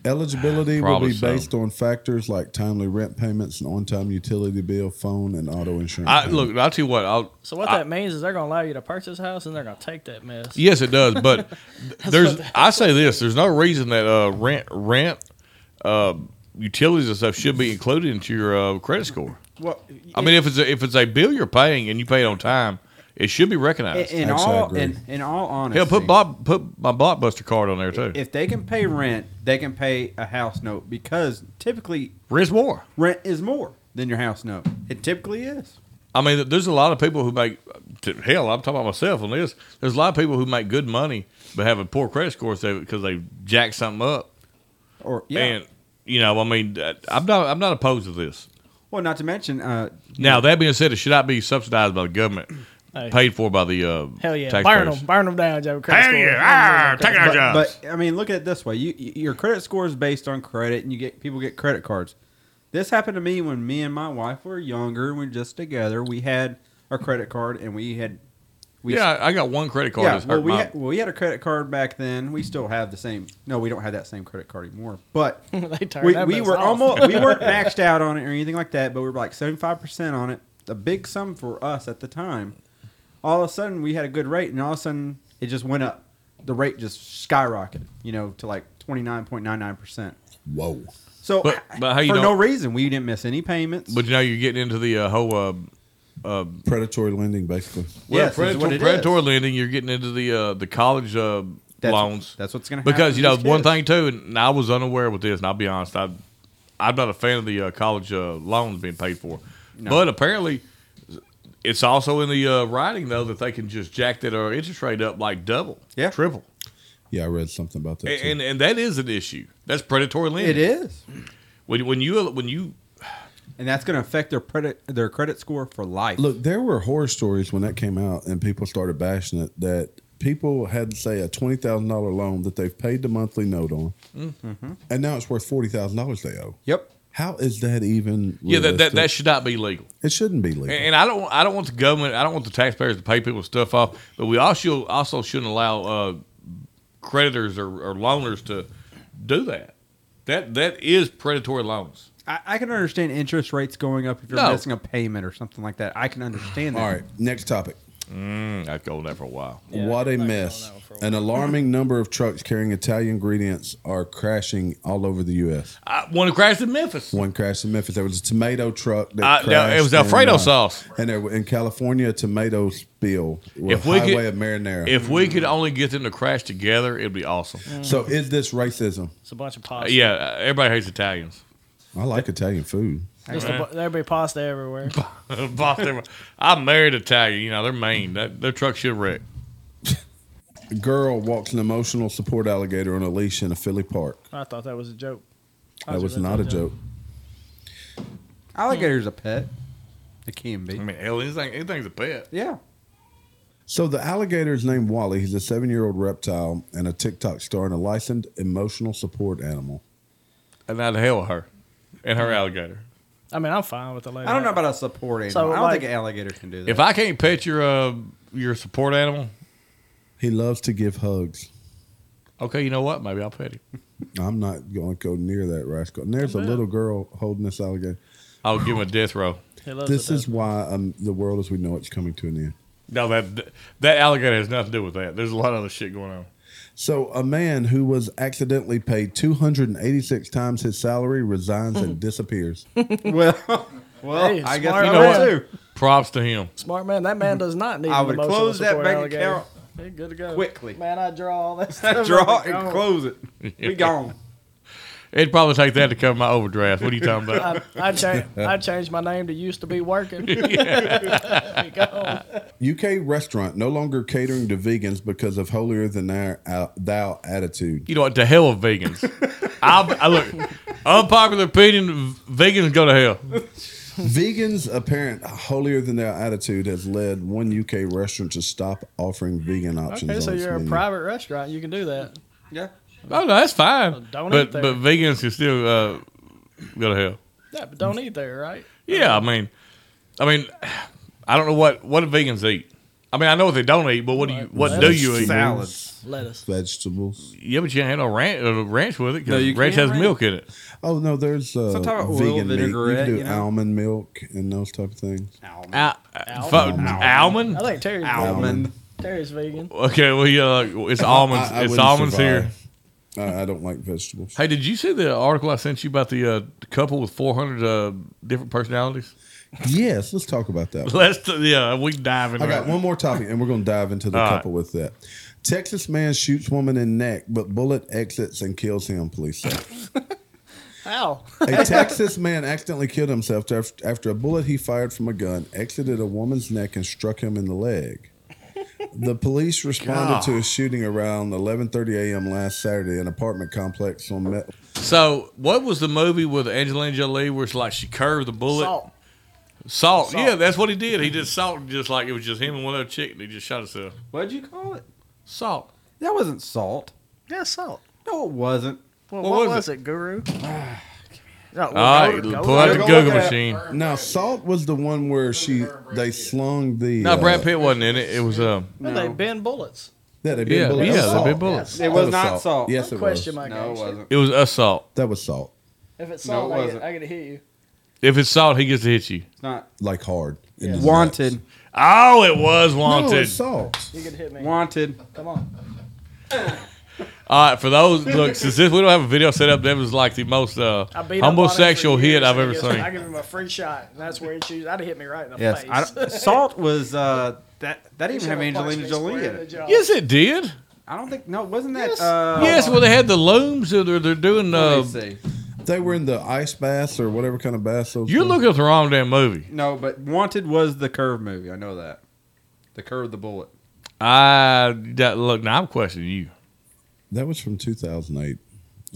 Speaker 1: Eligibility will
Speaker 2: Probably
Speaker 1: be
Speaker 2: so.
Speaker 1: based on factors like timely rent payments and on time utility bill, phone, and auto insurance.
Speaker 2: I,
Speaker 1: payment.
Speaker 2: look, I'll tell you what. I'll,
Speaker 4: So what
Speaker 2: I-
Speaker 4: that means is they're gonna allow you to purchase a house and they're gonna take that mess.
Speaker 2: yes, it does. But there's, I say this: there's no reason that uh, rent, rent, uh, utilities and stuff should be included into your uh, credit score.
Speaker 3: Well,
Speaker 2: I mean, if it's a, if it's a bill you're paying and you pay it on time, it should be
Speaker 3: in,
Speaker 2: recognized.
Speaker 3: in
Speaker 1: Actually, I
Speaker 3: all
Speaker 1: agree.
Speaker 3: in, in all honesty,
Speaker 2: Hell, put Bob, put my blockbuster card on there too.
Speaker 3: if they can pay rent, they can pay a house note because typically
Speaker 2: Rent's more.
Speaker 3: rent is more than your house note. It typically is.
Speaker 2: I mean, there's a lot of people who make t- hell. I'm talking about myself on this. There's a lot of people who make good money but have a poor credit score because they jack something up.
Speaker 3: Or yeah.
Speaker 2: And you know, I mean, uh, I'm not I'm not opposed to this.
Speaker 3: well, not to mention, uh,
Speaker 2: Now that being said, it should not be subsidized by the government,
Speaker 4: Hey.
Speaker 2: paid for by the uh,
Speaker 4: Hell yeah, burn
Speaker 2: taxpayers.
Speaker 4: them, burn them down, Joe. Credit
Speaker 2: Hell
Speaker 4: score.
Speaker 2: yeah, ah, take our
Speaker 3: but,
Speaker 2: jobs.
Speaker 3: but I mean, look at it this way: you you- your credit score is based on credit, and you get people get credit cards. This happened to me when me and my wife were younger. We were just together. We had our credit card, and we had we
Speaker 2: yeah, I got one credit card. that's
Speaker 3: yeah, well,
Speaker 2: hurt
Speaker 3: we
Speaker 2: my-
Speaker 3: had, well, we had a credit card back then. We still have the same. No, we don't have that same credit card anymore. But
Speaker 4: They turned
Speaker 3: we,
Speaker 4: that
Speaker 3: we
Speaker 4: mess
Speaker 3: were
Speaker 4: off.
Speaker 3: almost we weren't maxed out on it or anything like that. But we were like seventy five percent on it. A big sum for us at the time. All of a sudden, we had a good rate, and all of a sudden, it just went up. The rate just skyrocketed, you know, to like twenty nine point nine nine percent.
Speaker 1: whoa.
Speaker 3: So
Speaker 2: But- but how you
Speaker 3: for no
Speaker 2: don't-
Speaker 3: reason, we didn't miss any payments.
Speaker 2: but you know, you're getting into the uh, whole. Uh,
Speaker 1: Predatory lending, basically.
Speaker 2: well,
Speaker 3: Yes, is what
Speaker 2: predatory,
Speaker 3: it
Speaker 2: predatory
Speaker 3: is.
Speaker 2: lending. You're getting into the uh, the college uh,
Speaker 3: That's-
Speaker 2: loans.
Speaker 3: that's what's gonna happen
Speaker 2: because you
Speaker 3: to
Speaker 2: know
Speaker 3: these
Speaker 2: one
Speaker 3: kids.
Speaker 2: thing too, and I was unaware with this, and I'll be honest, I I'm not a fan of the uh, college uh, loans being paid for, but apparently. It's also in the uh, writing though that they can just jack that uh, interest rate up like double,
Speaker 3: Yeah.
Speaker 2: triple.
Speaker 1: Yeah, I read something about that.
Speaker 2: And,
Speaker 1: too.
Speaker 2: and and that is an issue. That's predatory lending.
Speaker 3: It is,
Speaker 2: When, when you when you
Speaker 3: and that's going to affect their credit their credit score for life.
Speaker 1: Look, there were horror stories when that came out and people started bashing it that people had, say, a $20,000 loan that they've paid the monthly note on,
Speaker 2: Mm-hmm.
Speaker 1: and now it's worth $40,000 they owe.
Speaker 3: yep,
Speaker 1: How is that even?
Speaker 2: yeah that, that that
Speaker 1: realistic?
Speaker 2: should not be legal.
Speaker 1: it shouldn't be legal.
Speaker 2: And, and I don't I don't want the government I don't want the taxpayers to pay people's stuff off. But we also also shouldn't allow uh, creditors or, or loaners to do that. That that is predatory loans.
Speaker 3: I, I can understand interest rates going up if you're
Speaker 2: No.
Speaker 3: missing a payment or something like that. I can understand that.
Speaker 1: All right, next topic.
Speaker 2: Hmm, I've gone that for a while.
Speaker 4: Yeah,
Speaker 1: what a
Speaker 4: I've been
Speaker 1: mess!
Speaker 4: on that one for a
Speaker 1: An alarming number of trucks carrying Italian ingredients are crashing all over the U.S.
Speaker 2: I want to crash in Memphis.
Speaker 1: One crashed in Memphis. There was a tomato truck. That
Speaker 2: Uh, no, it
Speaker 1: crashed
Speaker 2: was
Speaker 1: in,
Speaker 2: Alfredo
Speaker 1: uh,
Speaker 2: sauce.
Speaker 1: And there, were- in California, a tomato spill.
Speaker 2: If
Speaker 1: If
Speaker 2: we
Speaker 1: we
Speaker 2: could-
Speaker 1: highway of marinara.
Speaker 2: If we could only get them to crash together, it'd be awesome.
Speaker 1: so is this racism?
Speaker 4: It's a bunch of
Speaker 2: Uh,
Speaker 4: pasta.
Speaker 2: yeah, uh, everybody hates Italians.
Speaker 1: I like Italian food.
Speaker 4: Just a bu- there'd be pasta everywhere.
Speaker 2: Boss, they're- I'm married Italian. You know they're mean. That, their truck should wreck.
Speaker 1: A girl walks an emotional support alligator on a leash in a Philly park.
Speaker 4: I thought that was a joke. I
Speaker 1: That was
Speaker 4: just read
Speaker 1: not a joke.
Speaker 4: Hmm.
Speaker 3: Alligator's a pet. It can be.
Speaker 2: I mean, hell, anything, anything's a pet.
Speaker 3: Yeah.
Speaker 1: So the alligator is named Wally. He's a seven-year-old reptile and a TikTok star and a licensed emotional support animal.
Speaker 2: And I'd hell with her and her alligator.
Speaker 4: I mean, I'm fine with the lady.
Speaker 3: I don't know about a support animal.
Speaker 4: So,
Speaker 3: I don't
Speaker 4: like-
Speaker 3: think an alligator can do that.
Speaker 2: If I can't pet your uh, your support animal,
Speaker 1: He loves to give hugs.
Speaker 2: okay, you know what? Maybe I'll pet him.
Speaker 1: I'm not going to go near that rascal. And there's a little girl holding this alligator.
Speaker 2: I'll give him a death row.
Speaker 4: He loves
Speaker 1: This
Speaker 4: it,
Speaker 1: is why um, the world as we know it's coming to an end.
Speaker 2: No, that that alligator has nothing to do with that. There's a lot of other shit going on.
Speaker 1: So a man who was accidentally paid 286 times his salary resigns and disappears.
Speaker 3: well, well,
Speaker 4: Hey,
Speaker 3: I guess
Speaker 4: smart
Speaker 3: you
Speaker 4: You
Speaker 3: know
Speaker 4: know
Speaker 2: man.
Speaker 3: what?
Speaker 2: what? Props to him.
Speaker 4: though. Smart man. That man does not need.
Speaker 3: I
Speaker 4: an
Speaker 3: would
Speaker 4: emotional
Speaker 3: close that
Speaker 4: support
Speaker 3: bank
Speaker 4: alligator.
Speaker 3: account
Speaker 4: He good to go
Speaker 3: quickly.
Speaker 4: Man, I draw all that oh. stuff.
Speaker 3: Draw
Speaker 4: up
Speaker 3: and
Speaker 4: gone.
Speaker 3: close it. We gone.
Speaker 2: It'd probably take that to cover my overdraft. What are you talking about?
Speaker 4: I, I changed. I changed my name to used to be working. Be gone.
Speaker 1: UK restaurant no longer catering to vegans because of holier than thou- thou attitude.
Speaker 2: you know what? To hell with vegans. I, I look unpopular opinion. Vegans go to hell.
Speaker 4: Hmm.
Speaker 1: Vegans' apparent holier than thou attitude has led one UK restaurant to stop offering vegan options.
Speaker 4: Okay, so
Speaker 1: on its
Speaker 4: you're a
Speaker 1: menu.
Speaker 4: private restaurant. You can do that.
Speaker 3: Yeah.
Speaker 2: Oh no, that's fine.
Speaker 4: Don't
Speaker 2: but
Speaker 4: eat there.
Speaker 2: but vegans can still uh, go to hell.
Speaker 4: Yeah, but don't eat there, right?
Speaker 2: Yeah, I mean, I mean, I don't know what what do vegans eat. I mean, I know what they don't eat, but what do you what do you eat?
Speaker 3: Salads.
Speaker 4: Let's.
Speaker 1: Vegetables.
Speaker 2: Yeah, but you ain't had no ranch, uh, ranch with it. 'cause
Speaker 3: No, you
Speaker 2: ranch has
Speaker 3: can't ranch.
Speaker 2: milk in it.
Speaker 1: Oh no, there's uh,
Speaker 3: Some type of oil,
Speaker 1: vegan meat. You
Speaker 3: vinaigrette,
Speaker 1: can do
Speaker 3: you know?
Speaker 1: almond milk and those type of things.
Speaker 2: Al-
Speaker 4: Almond.
Speaker 2: fu- almond.
Speaker 4: I think Terry's
Speaker 3: Almond.
Speaker 4: Terry's vegan.
Speaker 2: Okay, well, yeah, like, it's almonds.
Speaker 1: I- I
Speaker 2: it's
Speaker 1: wouldn't
Speaker 2: almonds here.
Speaker 1: survive. I, I don't like vegetables.
Speaker 2: Hey, did you see the article I sent you about the uh, couple with four hundred uh, different personalities?
Speaker 1: Yes, let's talk about that. One.
Speaker 2: Let's t- yeah, we can dive into
Speaker 1: I got
Speaker 2: that.
Speaker 1: one more topic, and we're going to dive into the
Speaker 2: All right.
Speaker 1: couple with that. Texas man shoots woman in neck, but bullet exits and kills him. Police say.
Speaker 4: How?
Speaker 1: A Texas man accidentally killed himself after, after a bullet he fired from a gun exited a woman's neck and struck him in the leg. The police responded to a shooting around 11:30 a.m. last Saturday in an apartment complex on Met.
Speaker 2: So, what was the movie with Angelina Jolie where it's like she curved the bullet?
Speaker 4: Salt.
Speaker 2: Salt. Yeah, that's what he did. He did salt, just like it was just him and one other chick, and he just shot himself.
Speaker 3: What'd you call it?
Speaker 2: Salt.
Speaker 3: That wasn't salt.
Speaker 4: Yeah, salt.
Speaker 3: No, it wasn't.
Speaker 4: Well,
Speaker 2: What
Speaker 4: what,
Speaker 2: was
Speaker 4: was, it? Guru? No, well,
Speaker 2: All right,
Speaker 4: go to- go
Speaker 2: pull out
Speaker 4: to-
Speaker 2: the
Speaker 3: Go
Speaker 2: Google
Speaker 3: look at it.
Speaker 2: machine.
Speaker 1: Now, Salt was the one where she they slung the.
Speaker 2: No,
Speaker 1: uh,
Speaker 2: Brad Pitt wasn't in it. It was um.
Speaker 4: No, they bend bullets.
Speaker 1: Yeah, they
Speaker 2: Yeah,
Speaker 1: big bullets.
Speaker 2: yeah,
Speaker 1: That was
Speaker 2: they
Speaker 1: Salt.
Speaker 2: big bullets.
Speaker 4: Yes.
Speaker 3: It
Speaker 1: That
Speaker 3: was not salt.
Speaker 1: Yes, it
Speaker 4: Don't
Speaker 1: was.
Speaker 4: question my
Speaker 3: No, it
Speaker 4: gangster.
Speaker 3: wasn't.
Speaker 2: It was assault.
Speaker 1: That was salt,
Speaker 4: If it's
Speaker 3: No, it
Speaker 4: salt, I,
Speaker 3: wasn't.
Speaker 4: get, I get to hit you.
Speaker 2: If it's salt, he gets to hit you.
Speaker 3: It's not
Speaker 1: like hard. in
Speaker 4: Yeah.
Speaker 1: the
Speaker 3: wanted.
Speaker 2: Oh, it was
Speaker 1: nuts. No,
Speaker 2: wanted.
Speaker 1: it's salt.
Speaker 4: You get to hit me.
Speaker 3: Wanted.
Speaker 4: Come on.
Speaker 2: All right, for those look, since this, we don't have a video set up, that was like the most uh,
Speaker 4: I beat up on him for
Speaker 2: homosexual
Speaker 4: years,
Speaker 2: hit
Speaker 4: and
Speaker 2: I've
Speaker 4: he
Speaker 2: ever
Speaker 4: gives- I
Speaker 2: seen.
Speaker 4: give him a free shot, and that's where he chooses. That'd hit me right in the
Speaker 3: Yes. I
Speaker 4: face.
Speaker 3: don't, salt was uh, that. That
Speaker 4: He
Speaker 3: didn't even
Speaker 4: should've
Speaker 3: have Angelina
Speaker 4: punched me
Speaker 3: Jolie
Speaker 4: square
Speaker 3: in
Speaker 4: in the
Speaker 3: it.
Speaker 4: jaw.
Speaker 2: Yes, it did.
Speaker 3: I don't think. No, wasn't that?
Speaker 4: Yes.
Speaker 3: Uh,
Speaker 2: yes, well, they had the looms. They're they're doing.
Speaker 3: let
Speaker 2: Uh,
Speaker 3: me see.
Speaker 1: They were in the ice baths or whatever kind of baths. those
Speaker 2: you're
Speaker 1: were.
Speaker 2: looking at the wrong damn movie.
Speaker 3: No, but Wanted was the curve movie. I know that. The curve, the bullet.
Speaker 2: I that, look now. I'm questioning you.
Speaker 1: That was from 2008.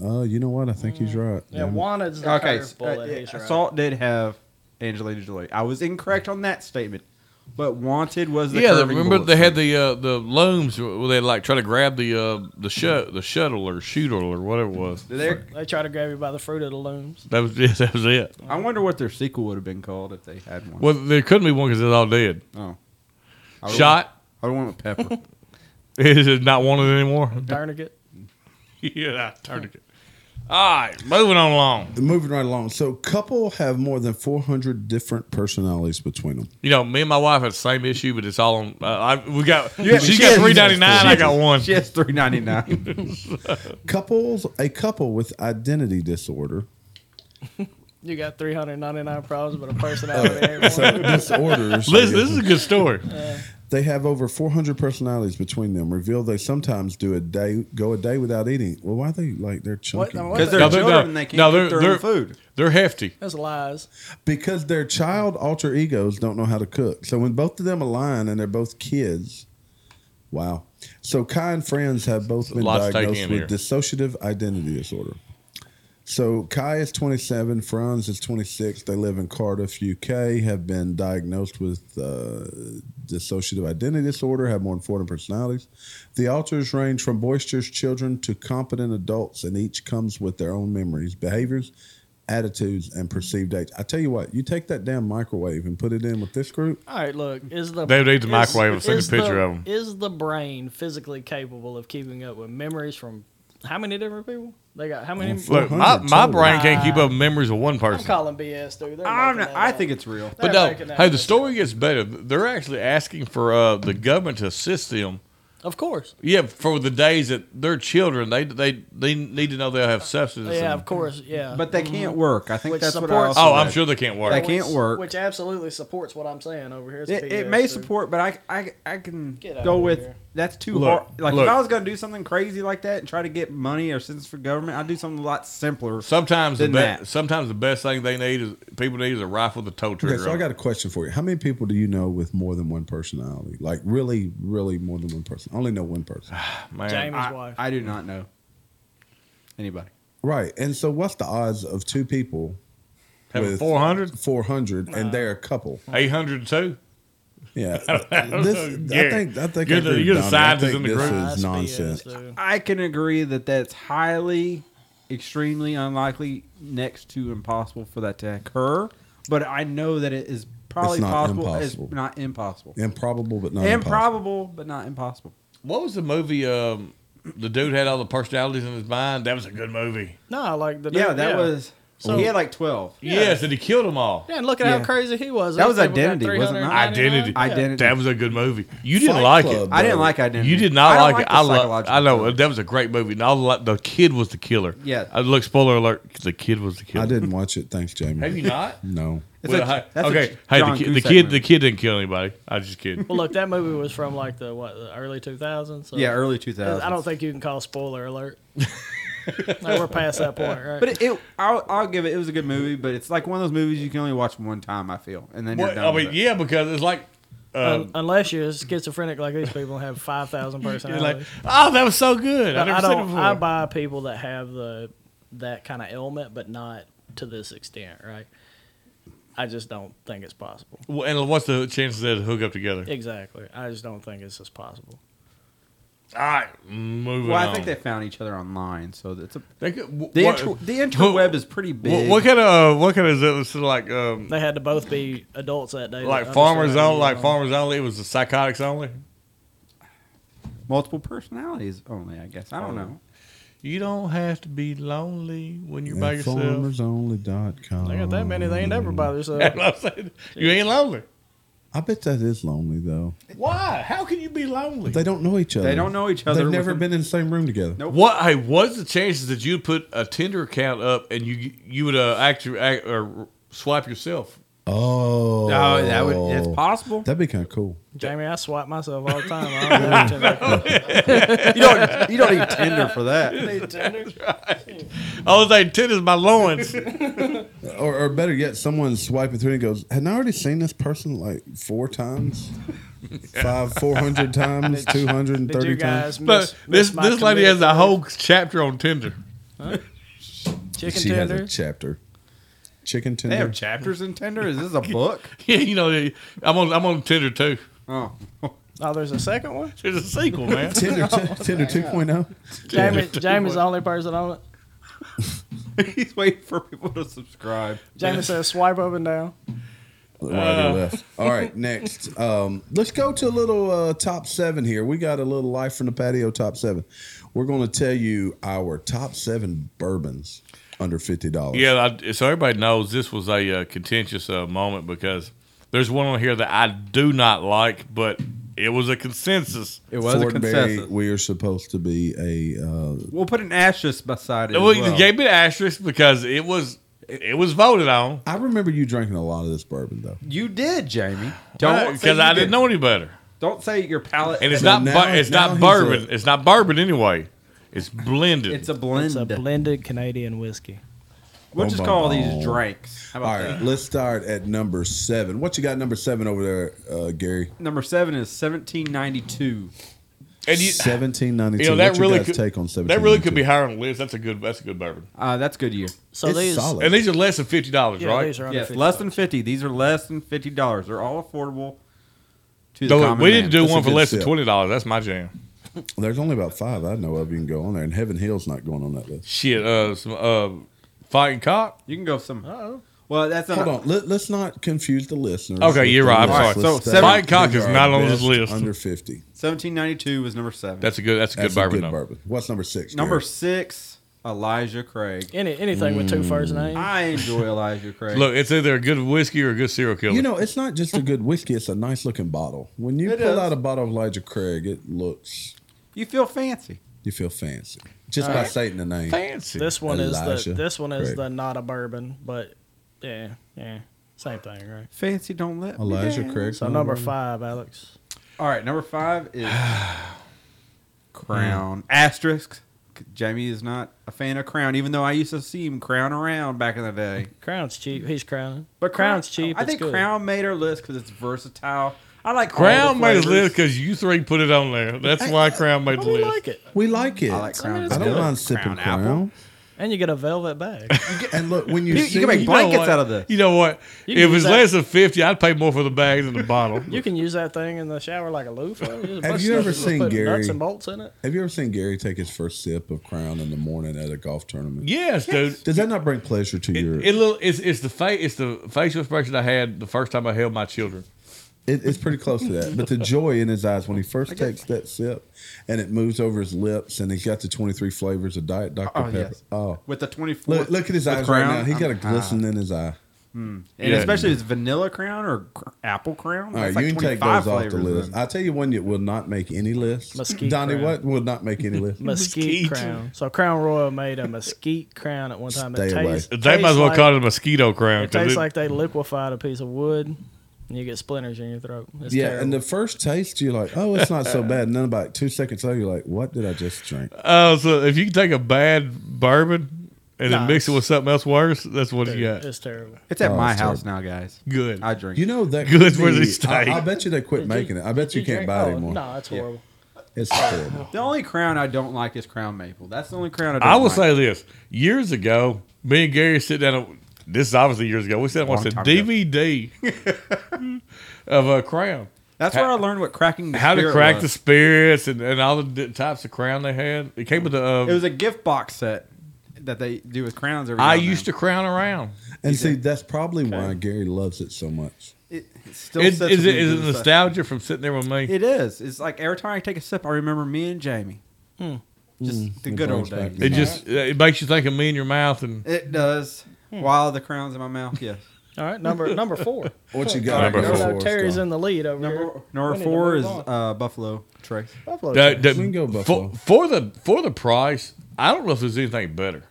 Speaker 1: Uh, you know what? I think he's right.
Speaker 4: Yeah,
Speaker 1: Damn it.
Speaker 4: Wanted's the
Speaker 3: Okay,
Speaker 4: curveball
Speaker 3: uh,
Speaker 4: that
Speaker 3: yeah,
Speaker 4: he's right.
Speaker 3: Assault did have Angelina Jolie. I was incorrect on that statement, but Wanted was the
Speaker 2: yeah, they-
Speaker 3: curving
Speaker 2: remember
Speaker 3: bullet
Speaker 2: they had
Speaker 3: thing.
Speaker 2: the uh, the looms where they like try to grab the uh, the shut the shuttle or shootle or whatever it was.
Speaker 3: They're-
Speaker 4: They try to grab you by the fruit of the looms.
Speaker 2: That was yes, that was it.
Speaker 3: I wonder what their sequel would have been called if they had one.
Speaker 2: Well, there couldn't be one because it's all dead.
Speaker 3: Oh, I would've
Speaker 2: Shot.
Speaker 3: went- I went with Pepper.
Speaker 2: It is not wanted anymore.
Speaker 4: Tourniquet.
Speaker 2: yeah, I turned it. All right, moving on along.
Speaker 1: Moving right along. So, couple have more than 400 different personalities between them.
Speaker 2: You know, me and my wife had the same issue, but it's all on. Uh, I, we got.
Speaker 3: Yeah,
Speaker 2: she's
Speaker 3: she
Speaker 2: got
Speaker 3: has-
Speaker 2: three ninety nine. I got one.
Speaker 3: she has three ninety nine.
Speaker 1: Couples, a couple with identity disorder.
Speaker 4: You got 399 problems, but a person out
Speaker 3: Uh,
Speaker 4: of every one.
Speaker 1: uh, Disorders. I
Speaker 2: Listen,
Speaker 1: guess.
Speaker 2: this is a good story.
Speaker 1: They have over 400 personalities between them. Reveal they sometimes do a day, go a day without eating. Well, why they like they're chunky?
Speaker 4: now,
Speaker 3: Because they're
Speaker 2: No, they're-
Speaker 3: children,
Speaker 2: no,
Speaker 3: they can't
Speaker 2: no,
Speaker 3: eat
Speaker 2: they're-
Speaker 3: their
Speaker 2: they're-
Speaker 3: own food.
Speaker 2: They're hefty.
Speaker 4: That's lies.
Speaker 1: Because their child alter egos don't know how to cook. So when both of them align and they're both kids, wow. So Kai and friends have both been
Speaker 2: Lots to take
Speaker 1: diagnosed
Speaker 2: in
Speaker 1: with
Speaker 2: here.
Speaker 1: dissociative identity disorder. So Kai is 27, Franz is 26. They live in Cardiff, UK. Have been diagnosed with uh, dissociative identity disorder. Have more than 400 personalities. The alters range from boisterous children to competent adults, and each comes with their own memories, behaviors, attitudes, and perceived age. I tell you what, you take that damn microwave and put it in with this group.
Speaker 4: All right, look. Is the
Speaker 2: They need
Speaker 4: is-
Speaker 2: the microwave and send a
Speaker 4: is
Speaker 2: picture
Speaker 4: the-
Speaker 2: of 'em.
Speaker 4: Is the brain physically capable of keeping up with memories from how many different people? They got how many?
Speaker 1: Four
Speaker 2: Look, my, my brain can't keep up memories of one
Speaker 4: I'm
Speaker 2: person.
Speaker 4: calling BS, dude. They're
Speaker 3: I'm
Speaker 4: making
Speaker 3: not,
Speaker 4: that
Speaker 3: I
Speaker 4: up.
Speaker 3: think it's real.
Speaker 2: But
Speaker 4: They're
Speaker 2: no,
Speaker 4: making that
Speaker 2: hey,
Speaker 4: up.
Speaker 2: the story gets better. They're actually asking for uh, the government to assist them.
Speaker 4: Of course.
Speaker 2: Yeah, for the days that they're children, they they they need to know they'll have substance.
Speaker 4: Yeah,
Speaker 2: and-
Speaker 4: of course. Yeah.
Speaker 3: um, But they can't work. I think
Speaker 4: Which
Speaker 3: that's what I
Speaker 4: supports-
Speaker 3: also
Speaker 2: Oh, I'm
Speaker 3: read.
Speaker 2: sure they can't work.
Speaker 3: They can't work.
Speaker 4: Which absolutely supports what I'm saying over here. It's
Speaker 3: It, it
Speaker 4: BS,
Speaker 3: may
Speaker 4: dude.
Speaker 3: support, but I I, I can
Speaker 4: Get out
Speaker 3: go
Speaker 4: of
Speaker 3: with
Speaker 4: here.
Speaker 3: that's too
Speaker 2: Look,
Speaker 3: hard. Like
Speaker 2: look.
Speaker 3: if I was gonna do something crazy like that and try to get money or citizens for government, I'd do something a lot simpler.
Speaker 2: Sometimes the
Speaker 3: Than
Speaker 2: be-
Speaker 3: that.
Speaker 2: sometimes the best thing they need is people need is a rifle with a tow trigger.
Speaker 1: Okay, so
Speaker 2: on
Speaker 1: I
Speaker 2: it.
Speaker 1: got a question for you. How many people do you know with more than one personality? Like really, really more than one person. I only know one person.
Speaker 2: Man,
Speaker 4: Jamie.
Speaker 2: I-
Speaker 4: his
Speaker 3: I,
Speaker 4: wife.
Speaker 3: I do not know anybody.
Speaker 1: Right. And so what's the odds of two people
Speaker 2: having
Speaker 1: with
Speaker 2: 400,
Speaker 1: 400 and they're a couple?
Speaker 2: 800 too.
Speaker 1: Yeah. this, I
Speaker 2: Yeah.
Speaker 1: think I think
Speaker 2: You're
Speaker 1: I
Speaker 2: the-
Speaker 1: agree with
Speaker 2: you're the
Speaker 1: Donnie. I
Speaker 2: scientist
Speaker 1: think
Speaker 2: in the
Speaker 1: this
Speaker 2: group.
Speaker 4: Nah,
Speaker 1: is
Speaker 4: that's
Speaker 1: nonsense.
Speaker 4: BS, dude.
Speaker 3: I can agree that that's highly, extremely unlikely, next to impossible for that to occur. But I know that it is probably
Speaker 1: It's not
Speaker 3: possible.
Speaker 1: impossible.
Speaker 3: It's not impossible.
Speaker 1: Improbable but not impossible.
Speaker 3: Improbable, but not impossible.
Speaker 2: What was the movie? Um, the dude had all the personalities in his mind. That was a good movie.
Speaker 4: No, like the
Speaker 3: Yeah,
Speaker 4: dude-
Speaker 3: that was.
Speaker 4: So-
Speaker 3: he had like twelve.
Speaker 2: Yes, and he killed them all.
Speaker 4: Yeah, and look at
Speaker 3: Yeah.
Speaker 4: how crazy he was.
Speaker 3: That was
Speaker 4: Those people got
Speaker 3: Identity, wasn't it?
Speaker 4: 399.
Speaker 2: Identity.
Speaker 4: Yeah.
Speaker 3: Identity.
Speaker 2: That was a good movie. You didn't
Speaker 1: Fight
Speaker 2: like
Speaker 1: Club,
Speaker 2: it.
Speaker 3: I didn't
Speaker 1: though.
Speaker 3: like identity.
Speaker 2: You did not
Speaker 3: I don't
Speaker 2: like it.
Speaker 3: the
Speaker 2: I love.
Speaker 3: psychological
Speaker 2: I know
Speaker 3: thriller.
Speaker 2: that was a great movie. And all the, the kid was the killer.
Speaker 3: Yeah.
Speaker 2: I look. Spoiler alert: the kid was the killer.
Speaker 1: I didn't watch it. Thanks, Jamie.
Speaker 2: Have you not?
Speaker 1: No.
Speaker 3: It's
Speaker 2: Well,
Speaker 3: a-
Speaker 2: hey,
Speaker 3: that's a
Speaker 2: okay. hey,
Speaker 3: John
Speaker 2: the, kid, the
Speaker 3: Cusack
Speaker 2: kid,
Speaker 3: movie.
Speaker 2: the kid didn't kill anybody. I was just kidding.
Speaker 4: Well, look, that movie was from like the what the early 2000s. So
Speaker 3: Yeah, early 2000s.
Speaker 4: I don't think you can call spoiler alert. like, we're past that point, right?
Speaker 3: But it, it I'll, I'll give it. It was a good movie, but it's like one of those movies you can only watch one time. I feel, and then you're
Speaker 2: Well,
Speaker 3: done.
Speaker 2: I
Speaker 3: with
Speaker 2: mean,
Speaker 3: it.
Speaker 2: oh, yeah, because it's like, uh,
Speaker 4: Un- unless you're schizophrenic like these people and have 5,000
Speaker 2: it's like,
Speaker 4: personalities.
Speaker 2: oh, that was so good. I
Speaker 4: But
Speaker 2: never
Speaker 4: I
Speaker 2: seen it
Speaker 4: don't.
Speaker 2: before.
Speaker 4: I buy people that have the that kind of ailment, but not to this extent, right? I just don't think it's possible.
Speaker 2: Well, and what's the chances they hook up together?
Speaker 4: Exactly. I just don't think it's as possible.
Speaker 2: All right, moving
Speaker 3: Well, I
Speaker 2: on.
Speaker 3: think they found each other online, so that's a
Speaker 2: They could- wh-
Speaker 3: the
Speaker 2: what-
Speaker 3: inter, the interweb
Speaker 2: wh-
Speaker 3: is pretty
Speaker 2: wh-
Speaker 3: big.
Speaker 2: What kind of uh, what kind of is it? This is like um,
Speaker 4: They had to both be adults that day. to
Speaker 2: like
Speaker 4: understand
Speaker 2: farmers
Speaker 4: what
Speaker 2: only,
Speaker 4: was
Speaker 2: like
Speaker 4: going
Speaker 2: farmers only. It was the psychotics only.
Speaker 3: Multiple personalities only, I guess. I don't know.
Speaker 2: You don't have to be lonely when you're by yourself.
Speaker 1: Informersonly.com.
Speaker 4: on. They got that many. They ain't never by
Speaker 2: That's
Speaker 4: themselves.
Speaker 2: what I'm saying. You ain't lonely.
Speaker 1: I bet that is lonely though.
Speaker 2: Why? How can you be lonely?
Speaker 1: They don't know each other.
Speaker 3: don't know each other
Speaker 1: They've
Speaker 3: with
Speaker 1: never
Speaker 3: them.
Speaker 1: been in the same room together.
Speaker 3: Nope.
Speaker 2: What? Hey, what's the chances that you put a Tinder account up and you you would uh, actually act, or swipe yourself?
Speaker 1: Oh.
Speaker 3: Oh, that would. It's possible.
Speaker 1: That'd be kind of cool.
Speaker 4: Jamie, I swipe myself all the time. I don't have Tinder.
Speaker 3: you don't. You don't need Tinder for that.
Speaker 2: Oh, they Tinder's my loins.
Speaker 1: Or, or better yet, someone swiping through and goes, "Hadn't I already seen this person like four times?" five four hundred times, two hundred and
Speaker 4: Did you
Speaker 1: thirty times.
Speaker 4: guys
Speaker 2: But
Speaker 4: miss, miss
Speaker 2: this
Speaker 4: my
Speaker 2: this lady
Speaker 4: comedic
Speaker 2: has a
Speaker 4: relief?
Speaker 2: whole chapter on Tinder.
Speaker 4: chicken
Speaker 1: she has a
Speaker 4: tenders.
Speaker 1: chapter. Chicken
Speaker 3: They
Speaker 1: tender.
Speaker 3: have chapters in Tinder. Is this a book?
Speaker 2: Yeah, you know, I'm on I'm on Tinder too.
Speaker 3: Oh,
Speaker 4: oh, there's a second one.
Speaker 2: There's a sequel, man.
Speaker 1: Tinder, Tinder 2.0.
Speaker 4: Jamie, Jamie's the only person on it.
Speaker 3: he's waiting for people to subscribe.
Speaker 4: Jamie says swipe up and down.
Speaker 1: Right or
Speaker 2: Uh.
Speaker 1: left. All right, next. Um, let's go to a little uh, top seven here. We got a little life from the patio top seven. We're going to tell you our top seven bourbons under fifty dollars.
Speaker 2: Yeah, I, so everybody knows this was a uh, contentious uh, moment because there's one on here that I do not like, but it was a consensus.
Speaker 3: It was a
Speaker 1: Fordberry.
Speaker 3: consensus.
Speaker 1: We are supposed to be a uh,
Speaker 3: We'll put an ashes beside it.
Speaker 2: Well,
Speaker 3: as well.
Speaker 2: you gave me an asterisk because it was it was voted on
Speaker 1: I remember you drinking a lot of this bourbon though.
Speaker 3: You did, Jamie. Don't say
Speaker 2: because
Speaker 3: you
Speaker 2: I didn't know any better.
Speaker 3: Don't say your palate.
Speaker 2: And it's
Speaker 1: So
Speaker 2: not
Speaker 1: now-
Speaker 2: bu- it's
Speaker 1: now
Speaker 2: not
Speaker 1: he's
Speaker 2: bourbon. it's not bourbon anyway. It's blended.
Speaker 3: It's a blend.
Speaker 4: It's a blended Canadian whiskey.
Speaker 3: We'll just
Speaker 1: Bum,
Speaker 3: call
Speaker 1: bum,
Speaker 3: these
Speaker 1: bum.
Speaker 3: drinks. How about
Speaker 1: All right,
Speaker 3: that?
Speaker 1: let's start at number seven. What you got number seven over there, uh, Gary?
Speaker 3: Number seven is 1792.
Speaker 2: and you,
Speaker 1: Seventeen ninety
Speaker 2: you
Speaker 1: two.
Speaker 2: know that
Speaker 1: what
Speaker 2: really
Speaker 1: you guys
Speaker 2: could,
Speaker 1: take on seventeen.
Speaker 2: that really could be higher on the list. That's a good that's a good bourbon.
Speaker 3: Uh, that's good year.
Speaker 4: So
Speaker 1: It's
Speaker 4: these,
Speaker 1: solid.
Speaker 2: And these are less than fifty dollars,
Speaker 4: yeah,
Speaker 2: right?
Speaker 4: these are under
Speaker 3: Yes,
Speaker 4: 50
Speaker 3: less than 50. These are less than $50. They're all affordable to the
Speaker 2: Though
Speaker 3: common
Speaker 2: we didn't
Speaker 3: man.
Speaker 2: do
Speaker 1: That's a
Speaker 2: one for
Speaker 1: good
Speaker 2: less than
Speaker 1: sip.
Speaker 2: twenty dollars. That's my jam.
Speaker 1: There's only about five I know of you can go on there, and Heaven Hill's not going on that list.
Speaker 2: Shit, uh, some uh, fighting cock.
Speaker 3: You can go some.
Speaker 4: Uh-oh.
Speaker 3: Well, that's not.
Speaker 1: Hold on, let, us not confuse the listeners.
Speaker 2: Okay,
Speaker 1: with
Speaker 2: you're
Speaker 1: the
Speaker 2: right, I'm
Speaker 1: list.
Speaker 2: sorry.
Speaker 1: Let's
Speaker 3: So,
Speaker 1: stay-
Speaker 3: seven-
Speaker 2: Mike Cock
Speaker 1: these
Speaker 2: is
Speaker 1: are
Speaker 2: not
Speaker 1: our
Speaker 2: on this
Speaker 1: best
Speaker 2: list.
Speaker 1: Under fifty.
Speaker 3: 1792 was number seven.
Speaker 2: That's a good. That's a good
Speaker 1: That's a
Speaker 2: bourbon.
Speaker 1: good
Speaker 2: though.
Speaker 1: bourbon. What's number six?
Speaker 3: number
Speaker 1: Gary?
Speaker 3: six, Elijah Craig.
Speaker 4: Any, anything with two first names.
Speaker 3: I enjoy Elijah Craig.
Speaker 2: Look, it's either a good whiskey or a good serial killer.
Speaker 1: You know, it's not just a good whiskey; it's a nice looking bottle. When you
Speaker 3: It
Speaker 1: pull
Speaker 3: is.
Speaker 1: out a bottle of Elijah Craig, it looks
Speaker 3: you feel fancy.
Speaker 1: you feel fancy just by stating the name.
Speaker 2: fancy.
Speaker 4: This one is
Speaker 1: Elijah
Speaker 4: the this one is
Speaker 1: Craig.
Speaker 4: the not a bourbon, but yeah, yeah, same thing, right?
Speaker 3: Fancy don't let me
Speaker 1: Elijah
Speaker 3: down.
Speaker 1: Craig.
Speaker 4: So number five, Alex.
Speaker 3: All right, number five is Crown asterisk. Jamie is not a fan of Crown, even though I used to see him crown around back in the day.
Speaker 4: Crown's cheap. He's crowning,
Speaker 3: But
Speaker 4: but Crown's
Speaker 3: Crown-
Speaker 4: cheap.
Speaker 3: I
Speaker 4: it's
Speaker 3: think
Speaker 4: good.
Speaker 3: Crown made her list because it's versatile. I like
Speaker 2: Crown made the
Speaker 3: his
Speaker 2: list because you three put it on there. That's why Crown made
Speaker 4: Oh,
Speaker 2: the
Speaker 4: we
Speaker 2: list.
Speaker 4: like it,
Speaker 1: We like it.
Speaker 3: I like Crown.
Speaker 4: mean,
Speaker 1: I
Speaker 4: It's
Speaker 1: don't
Speaker 4: good.
Speaker 1: mind sipping Crown.
Speaker 3: apple.
Speaker 4: and you get a velvet bag.
Speaker 1: And look, when you
Speaker 3: You- you
Speaker 1: see,
Speaker 3: can make
Speaker 2: You know
Speaker 3: Blankets
Speaker 2: what?
Speaker 3: out of this.
Speaker 2: You know what?
Speaker 4: You can
Speaker 2: if
Speaker 4: use
Speaker 2: it's
Speaker 4: that.
Speaker 2: less than fifty, I'd pay more for the bags than the bottle.
Speaker 4: You can use that thing in the shower like a loofah. Just
Speaker 1: Have
Speaker 4: put
Speaker 1: you ever
Speaker 4: stuff- just
Speaker 1: seen
Speaker 4: put
Speaker 1: Gary-
Speaker 4: Nuts and bolts in it.
Speaker 1: have you ever seen Gary take his first sip of Crown in the morning at a golf tournament?
Speaker 2: yes, dude.
Speaker 1: Does that not bring pleasure to your?
Speaker 2: It little it's it's the fa- it's the facial expression I had the first time I held my children.
Speaker 1: It, it's pretty close to that. But the joy in his eyes when he first takes that sip and it moves over his lips and he's got the 23 flavors of Diet Dr.
Speaker 3: Oh
Speaker 1: Pepper.
Speaker 3: yes.
Speaker 1: Oh.
Speaker 3: with the uh, twenty four.
Speaker 1: Look, look at his eyes right now. He's got a glisten in his eye.
Speaker 3: Ah. and
Speaker 2: Yeah.
Speaker 3: especially his vanilla Crown or cr- apple Crown.
Speaker 1: All right,
Speaker 3: That's like
Speaker 1: you can take
Speaker 3: 25
Speaker 1: those off the
Speaker 3: flavors
Speaker 1: list.
Speaker 3: in.
Speaker 1: I'll tell you one that will not make any list.
Speaker 4: Mesquite
Speaker 1: Donnie,
Speaker 4: Crown.
Speaker 1: what will not make any list?
Speaker 4: Mesquite,
Speaker 2: Mesquite.
Speaker 4: crown. So Crown Royal made a mesquite crown at one time. It
Speaker 1: Stay away.
Speaker 4: tastes,
Speaker 2: They
Speaker 4: tastes
Speaker 2: might as well
Speaker 4: like,
Speaker 2: call it a mosquito crown.
Speaker 4: It
Speaker 2: 'cause
Speaker 4: tastes
Speaker 2: it-
Speaker 4: like they liquefied a piece of wood, and you get splinters in your throat. It's
Speaker 1: yeah,
Speaker 4: terrible.
Speaker 1: and the first taste, you're like, oh, it's not so bad. And then about two seconds later, you're like, what did I just drink?
Speaker 4: Uh,
Speaker 2: Oh, so if you can take a bad bourbon and
Speaker 4: Nah,
Speaker 2: then mix it with something else worse, that's what you got.
Speaker 4: it's terrible.
Speaker 3: It's at
Speaker 1: Oh,
Speaker 3: my
Speaker 1: it's
Speaker 3: house now, guys.
Speaker 2: Good.
Speaker 3: I drink.
Speaker 1: You know that
Speaker 2: Good
Speaker 1: could
Speaker 2: for the
Speaker 1: be-
Speaker 2: steak.
Speaker 1: I, I bet you they quit
Speaker 4: Did
Speaker 1: making it. I bet
Speaker 4: did
Speaker 1: you, can't
Speaker 4: drink-
Speaker 1: buy it
Speaker 4: oh,
Speaker 1: anymore.
Speaker 4: No, Oh, it's
Speaker 3: Yeah.
Speaker 4: horrible.
Speaker 1: It's terrible.
Speaker 3: the only Crown I don't like is Crown Maple. That's the only Crown I don't
Speaker 2: I will
Speaker 3: like.
Speaker 2: say this: years ago, me and Gary sit down. and- This is obviously years ago. We sat down and
Speaker 3: Long
Speaker 2: watched a
Speaker 3: time ago.
Speaker 2: DVD of a crown.
Speaker 3: That's where I learned what cracking the
Speaker 2: How to
Speaker 3: spirit
Speaker 2: crack
Speaker 3: was.
Speaker 2: the spirits and, and all the di- types of crown they had. It came with a. Uh,
Speaker 3: It was a gift box set that they do with crowns. Every
Speaker 2: I used to crown around.
Speaker 1: And see, that's probably why Gary loves it so much.
Speaker 3: to. It, it still
Speaker 2: It, is
Speaker 3: sits with
Speaker 2: it,
Speaker 3: me
Speaker 2: is
Speaker 3: to
Speaker 2: it
Speaker 3: this day.
Speaker 2: nostalgia from sitting there with me?
Speaker 3: It is. It's like every time I take a sip, I remember me and Jamie.
Speaker 2: Hmm.
Speaker 3: Just the
Speaker 1: It
Speaker 3: good old
Speaker 1: brings
Speaker 3: days.
Speaker 1: back-
Speaker 2: It just it makes you think of me in your mouth and
Speaker 3: It does. While the crown's in my mouth, yes.
Speaker 4: All right, number number four.
Speaker 1: What you got?
Speaker 2: Number
Speaker 4: Even
Speaker 2: four.
Speaker 4: though Terry's in the lead over
Speaker 3: Number
Speaker 4: here. we
Speaker 3: number
Speaker 4: need to
Speaker 3: four
Speaker 4: move
Speaker 3: is
Speaker 4: on.
Speaker 3: uh, Buffalo Trace.
Speaker 4: Buffalo
Speaker 2: The-
Speaker 4: Trace.
Speaker 2: the-
Speaker 1: We can go Buffalo.
Speaker 2: for, for the for the price. I don't know if there's anything better.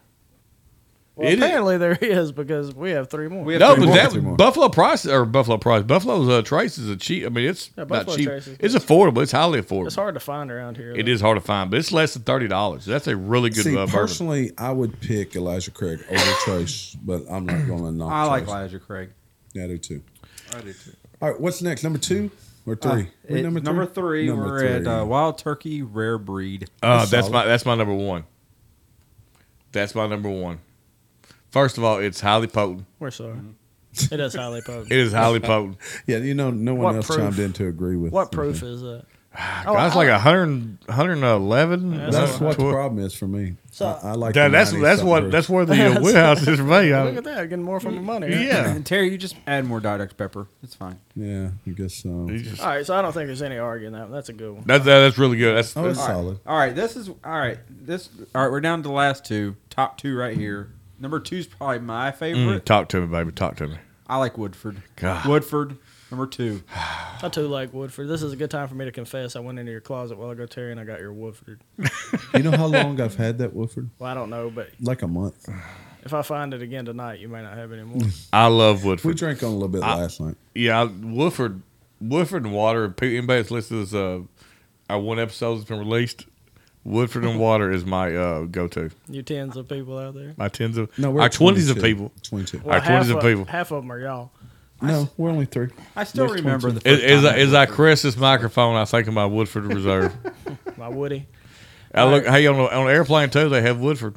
Speaker 4: Well,
Speaker 2: It is-
Speaker 4: apparently there is because we have three more.
Speaker 3: We have
Speaker 2: No,
Speaker 3: three
Speaker 2: but
Speaker 1: more.
Speaker 2: that
Speaker 1: Three more.
Speaker 2: Buffalo price or Buffalo price Buffalo's uh, Trace is a cheap. I mean, it's
Speaker 4: Yeah,
Speaker 2: not
Speaker 4: Buffalo
Speaker 2: cheap.
Speaker 4: Trace is
Speaker 2: It's
Speaker 4: good.
Speaker 2: affordable. It's highly
Speaker 4: it's
Speaker 2: affordable.
Speaker 4: hard to find around here.
Speaker 2: It
Speaker 4: though.
Speaker 2: is hard to find, but it's less than thirty dollars. That's a really good
Speaker 1: See,
Speaker 2: uh, bourbon.
Speaker 1: personally, I would pick Elijah Craig over Trace, but I'm not going to knock.
Speaker 3: I like
Speaker 1: Oh, Trace.
Speaker 3: Elijah Craig.
Speaker 1: Yeah, I do too.
Speaker 3: I do too.
Speaker 1: All right, what's next? Number two. or three?
Speaker 3: It- number, three,
Speaker 1: Number
Speaker 3: we're at
Speaker 1: three.
Speaker 3: uh, Wild Turkey Rare Breed.
Speaker 2: Uh,
Speaker 1: That's
Speaker 2: that's,
Speaker 1: solid.
Speaker 2: my that's my number one. That's my number one. First of all, it's highly potent.
Speaker 4: We're sorry. It is highly potent.
Speaker 2: It is highly potent.
Speaker 1: yeah, you know, no one
Speaker 4: What
Speaker 1: else
Speaker 4: proof?
Speaker 1: chimed in to agree with
Speaker 4: what
Speaker 1: anything.
Speaker 4: proof is that?
Speaker 2: God, that's
Speaker 4: Oh, I-
Speaker 2: like 100, 111.
Speaker 4: That's
Speaker 1: That's what the
Speaker 2: Tw-
Speaker 1: problem is for me.
Speaker 4: So-
Speaker 1: I, I like
Speaker 2: That-
Speaker 1: the
Speaker 2: that's
Speaker 1: 90
Speaker 2: that's
Speaker 1: something
Speaker 2: what
Speaker 1: proof.
Speaker 2: that's where the uh, wheelhouse is for me. I-
Speaker 4: Oh, Look at that, getting more from the money. right?
Speaker 2: yeah,
Speaker 3: And Terry, you just add more Diet Dr. Pepper. It's fine.
Speaker 1: Yeah, I guess so.
Speaker 2: It's just-
Speaker 4: All right, so I don't think there's any arguing that. That's a good one.
Speaker 2: that's that, that's really good. That's,
Speaker 1: Oh, it's
Speaker 2: that's-
Speaker 1: solid.
Speaker 3: All right, this is all right. This all right. We're down to the last two, top two right here. Number two is probably my
Speaker 2: Mm,
Speaker 3: favorite.
Speaker 2: talk to me, baby. Talk to me.
Speaker 3: I like Woodford.
Speaker 2: God.
Speaker 3: Woodford number two.
Speaker 4: I too like Woodford. This is a good time for me to confess. I went into your closet while ago, Terry, and I got your Woodford.
Speaker 1: You know how long I've had that Woodford?
Speaker 4: Well, I don't know, but
Speaker 1: Like a month.
Speaker 4: if I find it again tonight, you may not have any more.
Speaker 2: I love Woodford.
Speaker 1: We drank on a little bit last night.
Speaker 2: Yeah, I- Woodford, Woodford and water. pe- Anybody that's listened to this, uh, our one episode that's been released. Woodford and water is my uh, go-to.
Speaker 4: you tens of people out there.
Speaker 2: My tens of
Speaker 1: No, we're
Speaker 2: our
Speaker 1: at
Speaker 2: twenties of
Speaker 1: 22.
Speaker 2: people.
Speaker 1: 22.
Speaker 2: Our
Speaker 4: half,
Speaker 2: 20s of people.
Speaker 4: half of them are y'all.
Speaker 1: No, we're only three.
Speaker 3: I still
Speaker 1: There's
Speaker 3: remember
Speaker 1: 22.
Speaker 3: the
Speaker 2: As,
Speaker 3: first
Speaker 2: as, I,
Speaker 3: time
Speaker 2: as I caress this microphone, I think of my Woodford Reserve.
Speaker 4: My Woody.
Speaker 2: I look. Hey, on on airplane too, they have Woodford.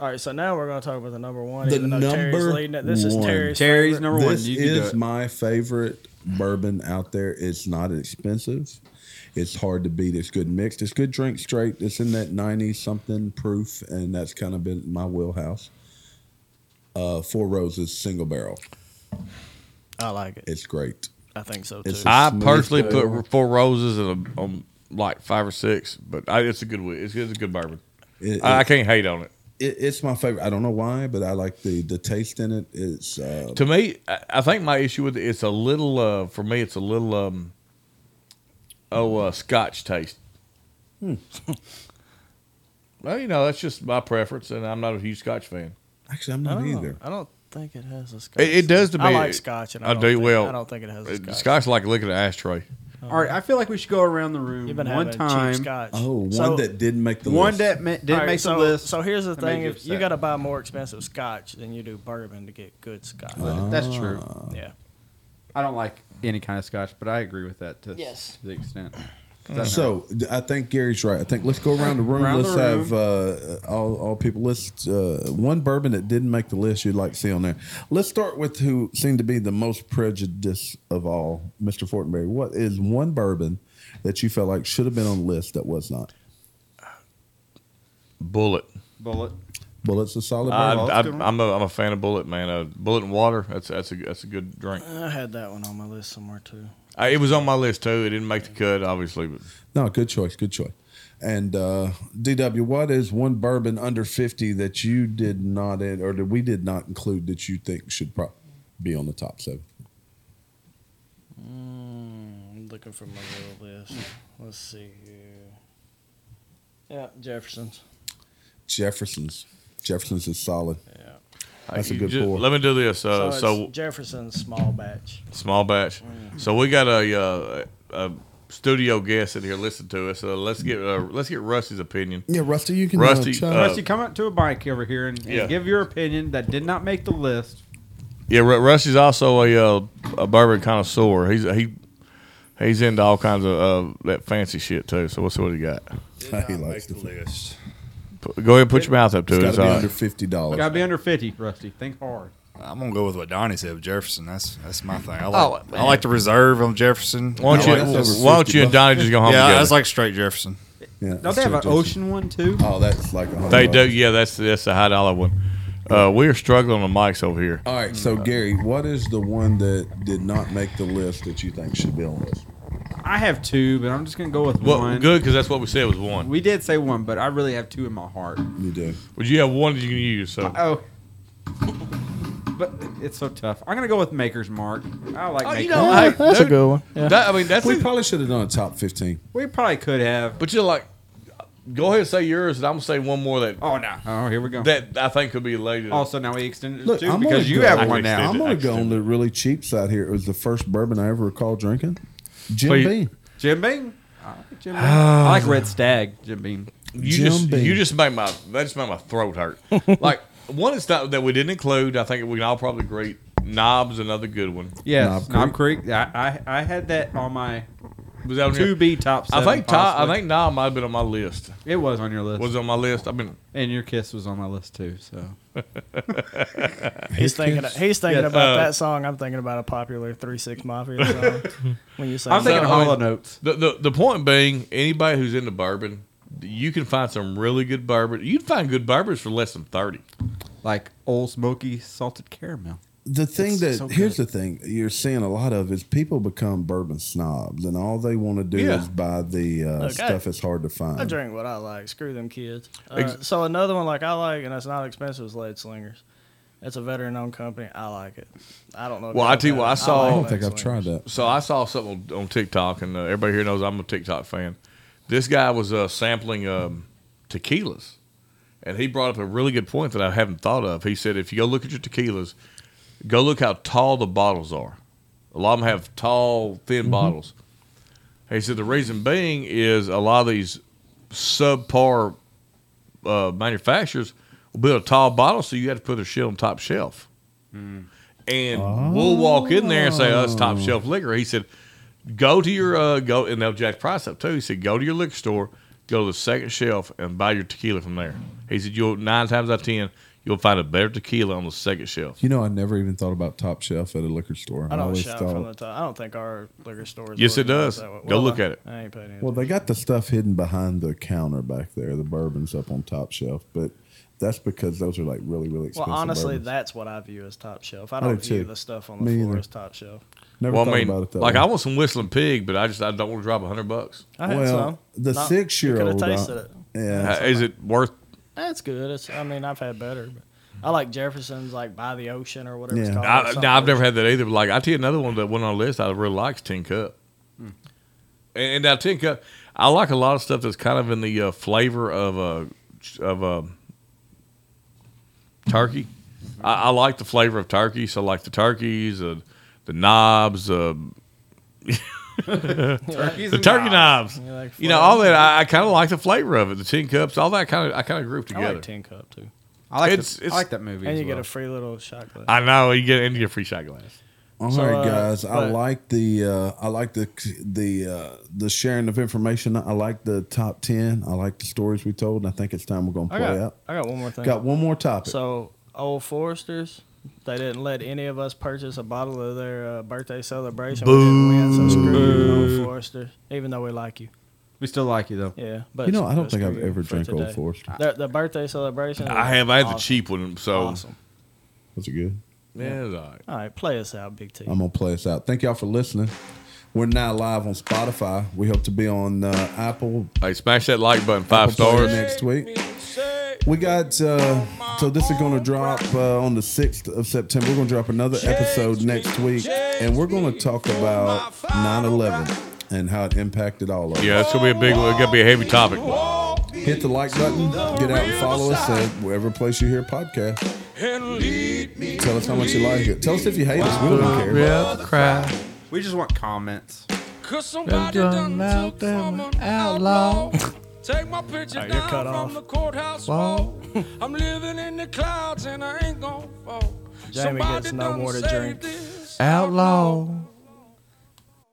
Speaker 4: All right, so now we're going to talk about the number one.
Speaker 1: The
Speaker 4: even though Terry's
Speaker 1: number
Speaker 4: leading it. This
Speaker 1: one.
Speaker 4: is Terry's.
Speaker 3: Terry's
Speaker 4: favorite.
Speaker 3: number one.
Speaker 1: This
Speaker 3: You can do
Speaker 1: is
Speaker 3: it.
Speaker 1: my favorite bourbon out there. It's not expensive. It's hard to beat. It's good mixed. It's good drink straight. It's in that 90 something proof, and that's kind of been my wheelhouse. Uh, Four Roses single barrel.
Speaker 4: I like it.
Speaker 1: It's great.
Speaker 4: I think so, too.
Speaker 1: It's a-
Speaker 2: I
Speaker 1: smooth
Speaker 2: personally
Speaker 1: flavor.
Speaker 2: put four roses in a, on like five or six, but I, it's a good. whi- It's, it's a good bourbon.
Speaker 1: It-
Speaker 2: I, I can't hate on it.
Speaker 1: it, it's my favorite. I don't know why, but I like the the taste in it. It's uh,
Speaker 2: To me, I I think my issue with it, it's a little. Uh, for me, it's a little. Um, oh, uh, Scotch taste.
Speaker 1: Hmm.
Speaker 2: well, you know that's just my preference, and I'm not a huge Scotch fan.
Speaker 1: actually I'm
Speaker 4: I
Speaker 1: not
Speaker 3: Oh,
Speaker 4: don't,
Speaker 1: either.
Speaker 4: know. I don't think it has a scotch.
Speaker 2: It, it does to me.
Speaker 4: I like scotch, and I,
Speaker 2: I
Speaker 4: don't
Speaker 2: do,
Speaker 4: think,
Speaker 2: well,
Speaker 4: I don't think it has a
Speaker 2: It-
Speaker 4: scotch.
Speaker 2: Scotch like looking at an ashtray.
Speaker 3: All right, I feel like we should go around the room
Speaker 4: You've been
Speaker 3: one
Speaker 4: having
Speaker 3: time.
Speaker 4: cheap scotch.
Speaker 1: Oh, one
Speaker 4: So-
Speaker 1: that didn't make the
Speaker 3: One
Speaker 1: list.
Speaker 3: that ma- didn't
Speaker 4: All right,
Speaker 3: make
Speaker 4: so,
Speaker 3: the list.
Speaker 4: So here's the
Speaker 3: That
Speaker 4: thing:
Speaker 3: made you
Speaker 4: if you
Speaker 3: upset.
Speaker 4: got to buy more expensive scotch than you do bourbon to get good scotch.
Speaker 3: That's true.
Speaker 4: yeah.
Speaker 3: I don't like any kind of scotch, but I agree with that to,
Speaker 4: Yes.
Speaker 3: to the extent.
Speaker 1: Mm. So d- I think Gary's right. I think let's go around the room.
Speaker 3: Around the
Speaker 1: let's have uh, all, all people list uh, one bourbon that didn't make the list you'd like to see on there. Let's start with who seemed to be the most prejudiced of all, Mr. Fortenberry. What is one bourbon that you felt like should have been on the list that was not?
Speaker 2: Bullet.
Speaker 3: Bullet.
Speaker 1: Bullets a solid
Speaker 2: I,
Speaker 1: bourbon.
Speaker 2: I,
Speaker 3: that's a good one.
Speaker 2: I'm a I'm a fan of Bullet, man. Uh, bullet and water. That's that's a that's a good drink.
Speaker 4: I had that one on my list somewhere too.
Speaker 2: I, it was on my list too. It didn't make the cut, obviously, but
Speaker 1: no, good choice. Good choice. And uh, DW, what is one bourbon under 50 that you did not, add, or that we did not include that you think should pro- be on the top seven?
Speaker 4: Mm, I'm looking for my little list. Let's see here. Yeah, Jefferson's.
Speaker 1: Jefferson's. Jefferson's is solid.
Speaker 4: Yeah.
Speaker 1: That's a
Speaker 2: You
Speaker 1: good
Speaker 2: ju-
Speaker 1: pour.
Speaker 2: Let me do this. Uh,
Speaker 4: so,
Speaker 2: so
Speaker 4: it's Jefferson's small batch.
Speaker 2: Small batch. So we got a, uh, a studio guest in here. Listen to us. Uh, let's get uh, let's get Rusty's opinion.
Speaker 1: Yeah, Rusty, you can
Speaker 2: Rusty,
Speaker 1: Uh, chime
Speaker 2: uh,
Speaker 1: in.
Speaker 3: Rusty, come up to a mic over here and, and
Speaker 2: Yeah.
Speaker 3: give your opinion that did not make the list.
Speaker 2: Yeah, Ru- Rusty's also a uh, a bourbon connoisseur. He's he he's into all kinds of uh, that fancy shit too. So what's what he got?
Speaker 5: Did
Speaker 1: He
Speaker 5: not
Speaker 1: likes
Speaker 5: make the
Speaker 1: to-
Speaker 5: list.
Speaker 2: P- Go ahead, put your mouth up to
Speaker 1: it's
Speaker 2: it.
Speaker 1: got
Speaker 2: It's
Speaker 1: to be
Speaker 2: all
Speaker 1: under
Speaker 2: right.
Speaker 1: fifty dollars.
Speaker 3: Gotta be under fifty, Rusty. Think hard.
Speaker 5: I'm gonna go with what Donnie said. With Jefferson, that's that's my thing. I
Speaker 2: Oh,
Speaker 5: like I like the reserve on Jefferson.
Speaker 2: Why
Speaker 1: No,
Speaker 2: don't
Speaker 1: that's
Speaker 2: you
Speaker 1: over
Speaker 2: Why don't
Speaker 1: 50
Speaker 2: you and
Speaker 1: bucks.
Speaker 2: Donnie just go home?
Speaker 5: yeah,
Speaker 2: together?
Speaker 5: I was like straight Jefferson.
Speaker 1: Yeah,
Speaker 3: Don't they have an
Speaker 1: Jefferson.
Speaker 3: ocean one too?
Speaker 1: Oh, that's like a hundred
Speaker 2: they do.
Speaker 1: bucks.
Speaker 2: Yeah, that's that's a high dollar one. Uh, we are struggling on mics over here.
Speaker 1: All right, so Gary, what is the one that did not make the list that you think should be on the list?
Speaker 3: I have two, but I'm just gonna go with
Speaker 2: Well,
Speaker 3: one.
Speaker 2: good because that's what we said was one.
Speaker 3: We did say one, but I really have two in my heart.
Speaker 1: You do.
Speaker 2: But you have one that you can use. So
Speaker 3: Oh. But it's so tough. I'm gonna go with Maker's Mark. I like
Speaker 2: Oh,
Speaker 3: Maker's Mark.
Speaker 2: Hey, dude,
Speaker 4: good one.
Speaker 2: that- I mean, that's
Speaker 1: We
Speaker 2: a-
Speaker 1: probably should have done a top fifteen.
Speaker 3: We probably could have.
Speaker 2: But you're like, go ahead and say yours, and I'm gonna say one more that
Speaker 3: Oh no. Oh, here we go.
Speaker 2: that I think could be later.
Speaker 3: also, now we extended it
Speaker 1: Look,
Speaker 3: to two
Speaker 1: I'm
Speaker 3: because
Speaker 1: gonna
Speaker 3: you
Speaker 1: go-
Speaker 3: have
Speaker 1: I
Speaker 3: one
Speaker 2: can
Speaker 3: now.
Speaker 2: extend
Speaker 1: I'm
Speaker 2: it.
Speaker 1: gonna
Speaker 2: actually.
Speaker 1: go on the really cheap side here. It was the first bourbon I ever recall drinking. Jim
Speaker 2: Please.
Speaker 1: Beam.
Speaker 3: Jim Beam. I like Jim Beam. I like Red Stag. Jim Beam.
Speaker 2: you
Speaker 1: Jim
Speaker 2: just
Speaker 1: Beam.
Speaker 2: you just make my that just made my throat hurt. like one is not that we didn't include. I think we can all probably agree Knobs, another good one.
Speaker 3: Yes,
Speaker 1: Knob
Speaker 3: Knob Creek. I, I I had that on my
Speaker 2: Was that on
Speaker 3: two
Speaker 2: your,
Speaker 3: B top.
Speaker 2: I
Speaker 3: Seven,
Speaker 2: think Ty, I
Speaker 3: possibly.
Speaker 2: think Knob might have been on my list.
Speaker 3: it was on your list,
Speaker 2: Was it on my list. I've been
Speaker 3: and your kiss was on my list too. So
Speaker 4: He's thinking. He's thinking
Speaker 3: Yes,
Speaker 4: about
Speaker 2: uh,
Speaker 4: that song. I'm thinking about a popular Three Six Mafia song. when you say,
Speaker 3: I'm thinking
Speaker 2: So, I mean-
Speaker 3: Hollow Notes.
Speaker 2: the, the the point being anybody who's into bourbon, you can find some really good bourbon. You can find good bourbons for less than thirty.
Speaker 3: like Old Smoky salted caramel.
Speaker 1: The thing
Speaker 4: It's
Speaker 1: that
Speaker 4: so
Speaker 1: here's the thing you're seeing a lot of is people become bourbon snobs, and all they want to do
Speaker 2: Yeah.
Speaker 1: is buy the uh,
Speaker 4: Look, I-
Speaker 1: stuff that's hard to find.
Speaker 4: I drink what I like. Screw them kids. Uh,
Speaker 2: Ex-
Speaker 4: so another one like I like, and it's not expensive, is Lead Slingers. It's a veteran-owned company. I like it. I don't know.
Speaker 2: Well, I tell you what, I saw-
Speaker 1: I
Speaker 2: Oh,
Speaker 1: don't think I've tried that.
Speaker 2: So I saw something on, on TikTok, and uh, everybody here knows I'm a TikTok fan. This guy was uh, sampling um, tequilas, and he brought up a really good point that I haven't thought of. He said, if you go look at your tequilas, go look how tall the bottles are. A lot of them have tall, thin bottles. He said the reason being is a lot of these subpar uh, manufacturers will build a tall bottle, so you have to put a shell on top shelf. And we'll walk in there and say, "Oh, it's top shelf liquor." He said, "Go to your uh, go," and they'll jack price up too. He said, "Go to your liquor store, go to the second shelf, and buy your tequila from there." He said, "You'll nine times out of ten, you'll find a better tequila on the second shelf."
Speaker 1: You know, I never even thought about top shelf at a liquor store.
Speaker 4: I
Speaker 1: I
Speaker 4: don't
Speaker 1: always
Speaker 4: shout from the
Speaker 1: thought,
Speaker 4: top. I don't think our liquor stores.
Speaker 2: Yes, it
Speaker 4: work like
Speaker 2: does.
Speaker 4: that way.
Speaker 2: Go look
Speaker 4: I-
Speaker 2: at it.
Speaker 4: I ain't paid any.
Speaker 1: well, they got the stuff hidden behind the counter back there. The bourbon's up on top shelf, but that's because those are like really, really
Speaker 4: well,
Speaker 1: expensive.
Speaker 4: honestly,
Speaker 1: bourbons.
Speaker 4: that's what I view as top shelf. I
Speaker 1: do
Speaker 4: don't view
Speaker 1: too.
Speaker 4: the stuff on the
Speaker 1: Me
Speaker 4: floor
Speaker 1: either.
Speaker 4: as top shelf.
Speaker 1: never
Speaker 2: well,
Speaker 1: thought
Speaker 2: I mean,
Speaker 1: about it that
Speaker 2: like
Speaker 1: way.
Speaker 2: I want some whistling pig, but I just I don't want to drop a hundred bucks.
Speaker 4: I had
Speaker 1: well,
Speaker 4: some.
Speaker 1: the uh,
Speaker 4: Not-
Speaker 1: six year
Speaker 4: You
Speaker 1: old.
Speaker 4: could have tasted it.
Speaker 1: Yeah,
Speaker 2: Uh, is it worth?
Speaker 4: That's good. It's, I mean, I've had better. But I like Jefferson's, like by the ocean or whatever
Speaker 1: Yeah.
Speaker 4: it's called.
Speaker 2: I,
Speaker 4: It's
Speaker 2: now I've
Speaker 4: something-
Speaker 2: never had that either. But like I tell you, another one that went on the list I really likes Tin Cup. And, and now Tin Cup, I like a lot of stuff that's kind of in the uh, flavor of a of a turkey. I, I like the flavor of turkey, so I like the turkeys, uh, the knobs, uh, the turkey knobs.
Speaker 4: You like
Speaker 2: You know all that. I, I kind of like the flavor of it. The tin cups, all that kind of. I kind of group
Speaker 4: I
Speaker 2: together. I,
Speaker 4: like Tin Cup too.
Speaker 3: I like
Speaker 2: It's-
Speaker 3: the,
Speaker 2: it's-
Speaker 3: I like that movie.
Speaker 4: And
Speaker 3: as
Speaker 4: you get
Speaker 3: well.
Speaker 4: a free little shot glass.
Speaker 2: know you get and you get a free shot glass.
Speaker 1: All right,
Speaker 4: So, uh,
Speaker 1: guys. I
Speaker 4: but-
Speaker 1: like the uh, I like the the uh, the sharing of information. I like the top ten. I like the stories we told, and I think it's time we're gonna
Speaker 4: I
Speaker 1: play
Speaker 4: got,
Speaker 1: out.
Speaker 4: I got one more thing.
Speaker 1: Got one more topic.
Speaker 4: So, Old Foresters, they didn't let any of us purchase a bottle of their uh, birthday celebration. We didn't win, so screw you, Old Foresters, even though we like you.
Speaker 3: We still like you though.
Speaker 4: Yeah, but
Speaker 1: you know,
Speaker 4: s-
Speaker 1: I don't
Speaker 4: but
Speaker 1: think
Speaker 4: screw
Speaker 1: I've
Speaker 4: you
Speaker 1: ever
Speaker 4: for
Speaker 1: drank Old
Speaker 4: today. Ah.
Speaker 1: Forester.
Speaker 4: The, the birthday celebration.
Speaker 2: I have. I had
Speaker 4: awesome.
Speaker 2: the cheap one, so
Speaker 4: Awesome.
Speaker 1: Was it good?
Speaker 2: yeah, it was all right.
Speaker 4: All right, play us out, Big T.
Speaker 1: I'm gonna play us out. Thank y'all for listening. We're now live on Spotify. We hope to be on uh, Apple
Speaker 2: Hey, smash that like button, five
Speaker 1: Apple Play
Speaker 2: stars.
Speaker 1: next week. We got uh, so this is going to drop uh, on the sixth of September. We're going to drop another episode next week, and we're going to talk about 9/11 and how it impacted all of us.
Speaker 2: Yeah, it's gonna be a big one. It's gonna be a heavy topic.
Speaker 1: Hit the like button, get out and follow us at wherever place you hear podcasts. Tell us how much you like it. Tell us if you hate us. We don't care.
Speaker 2: cry.
Speaker 3: We just want comments.
Speaker 6: Cause somebody done took someone outlaw. Take my picture
Speaker 4: Alright, you're
Speaker 6: down
Speaker 4: cut
Speaker 6: from
Speaker 4: off.
Speaker 6: the courthouse wall. I'm living in the clouds and I ain't gonna fall.
Speaker 4: Jamie gets no
Speaker 6: done
Speaker 4: more to
Speaker 6: saved
Speaker 4: drink.
Speaker 6: this
Speaker 2: Outlaw.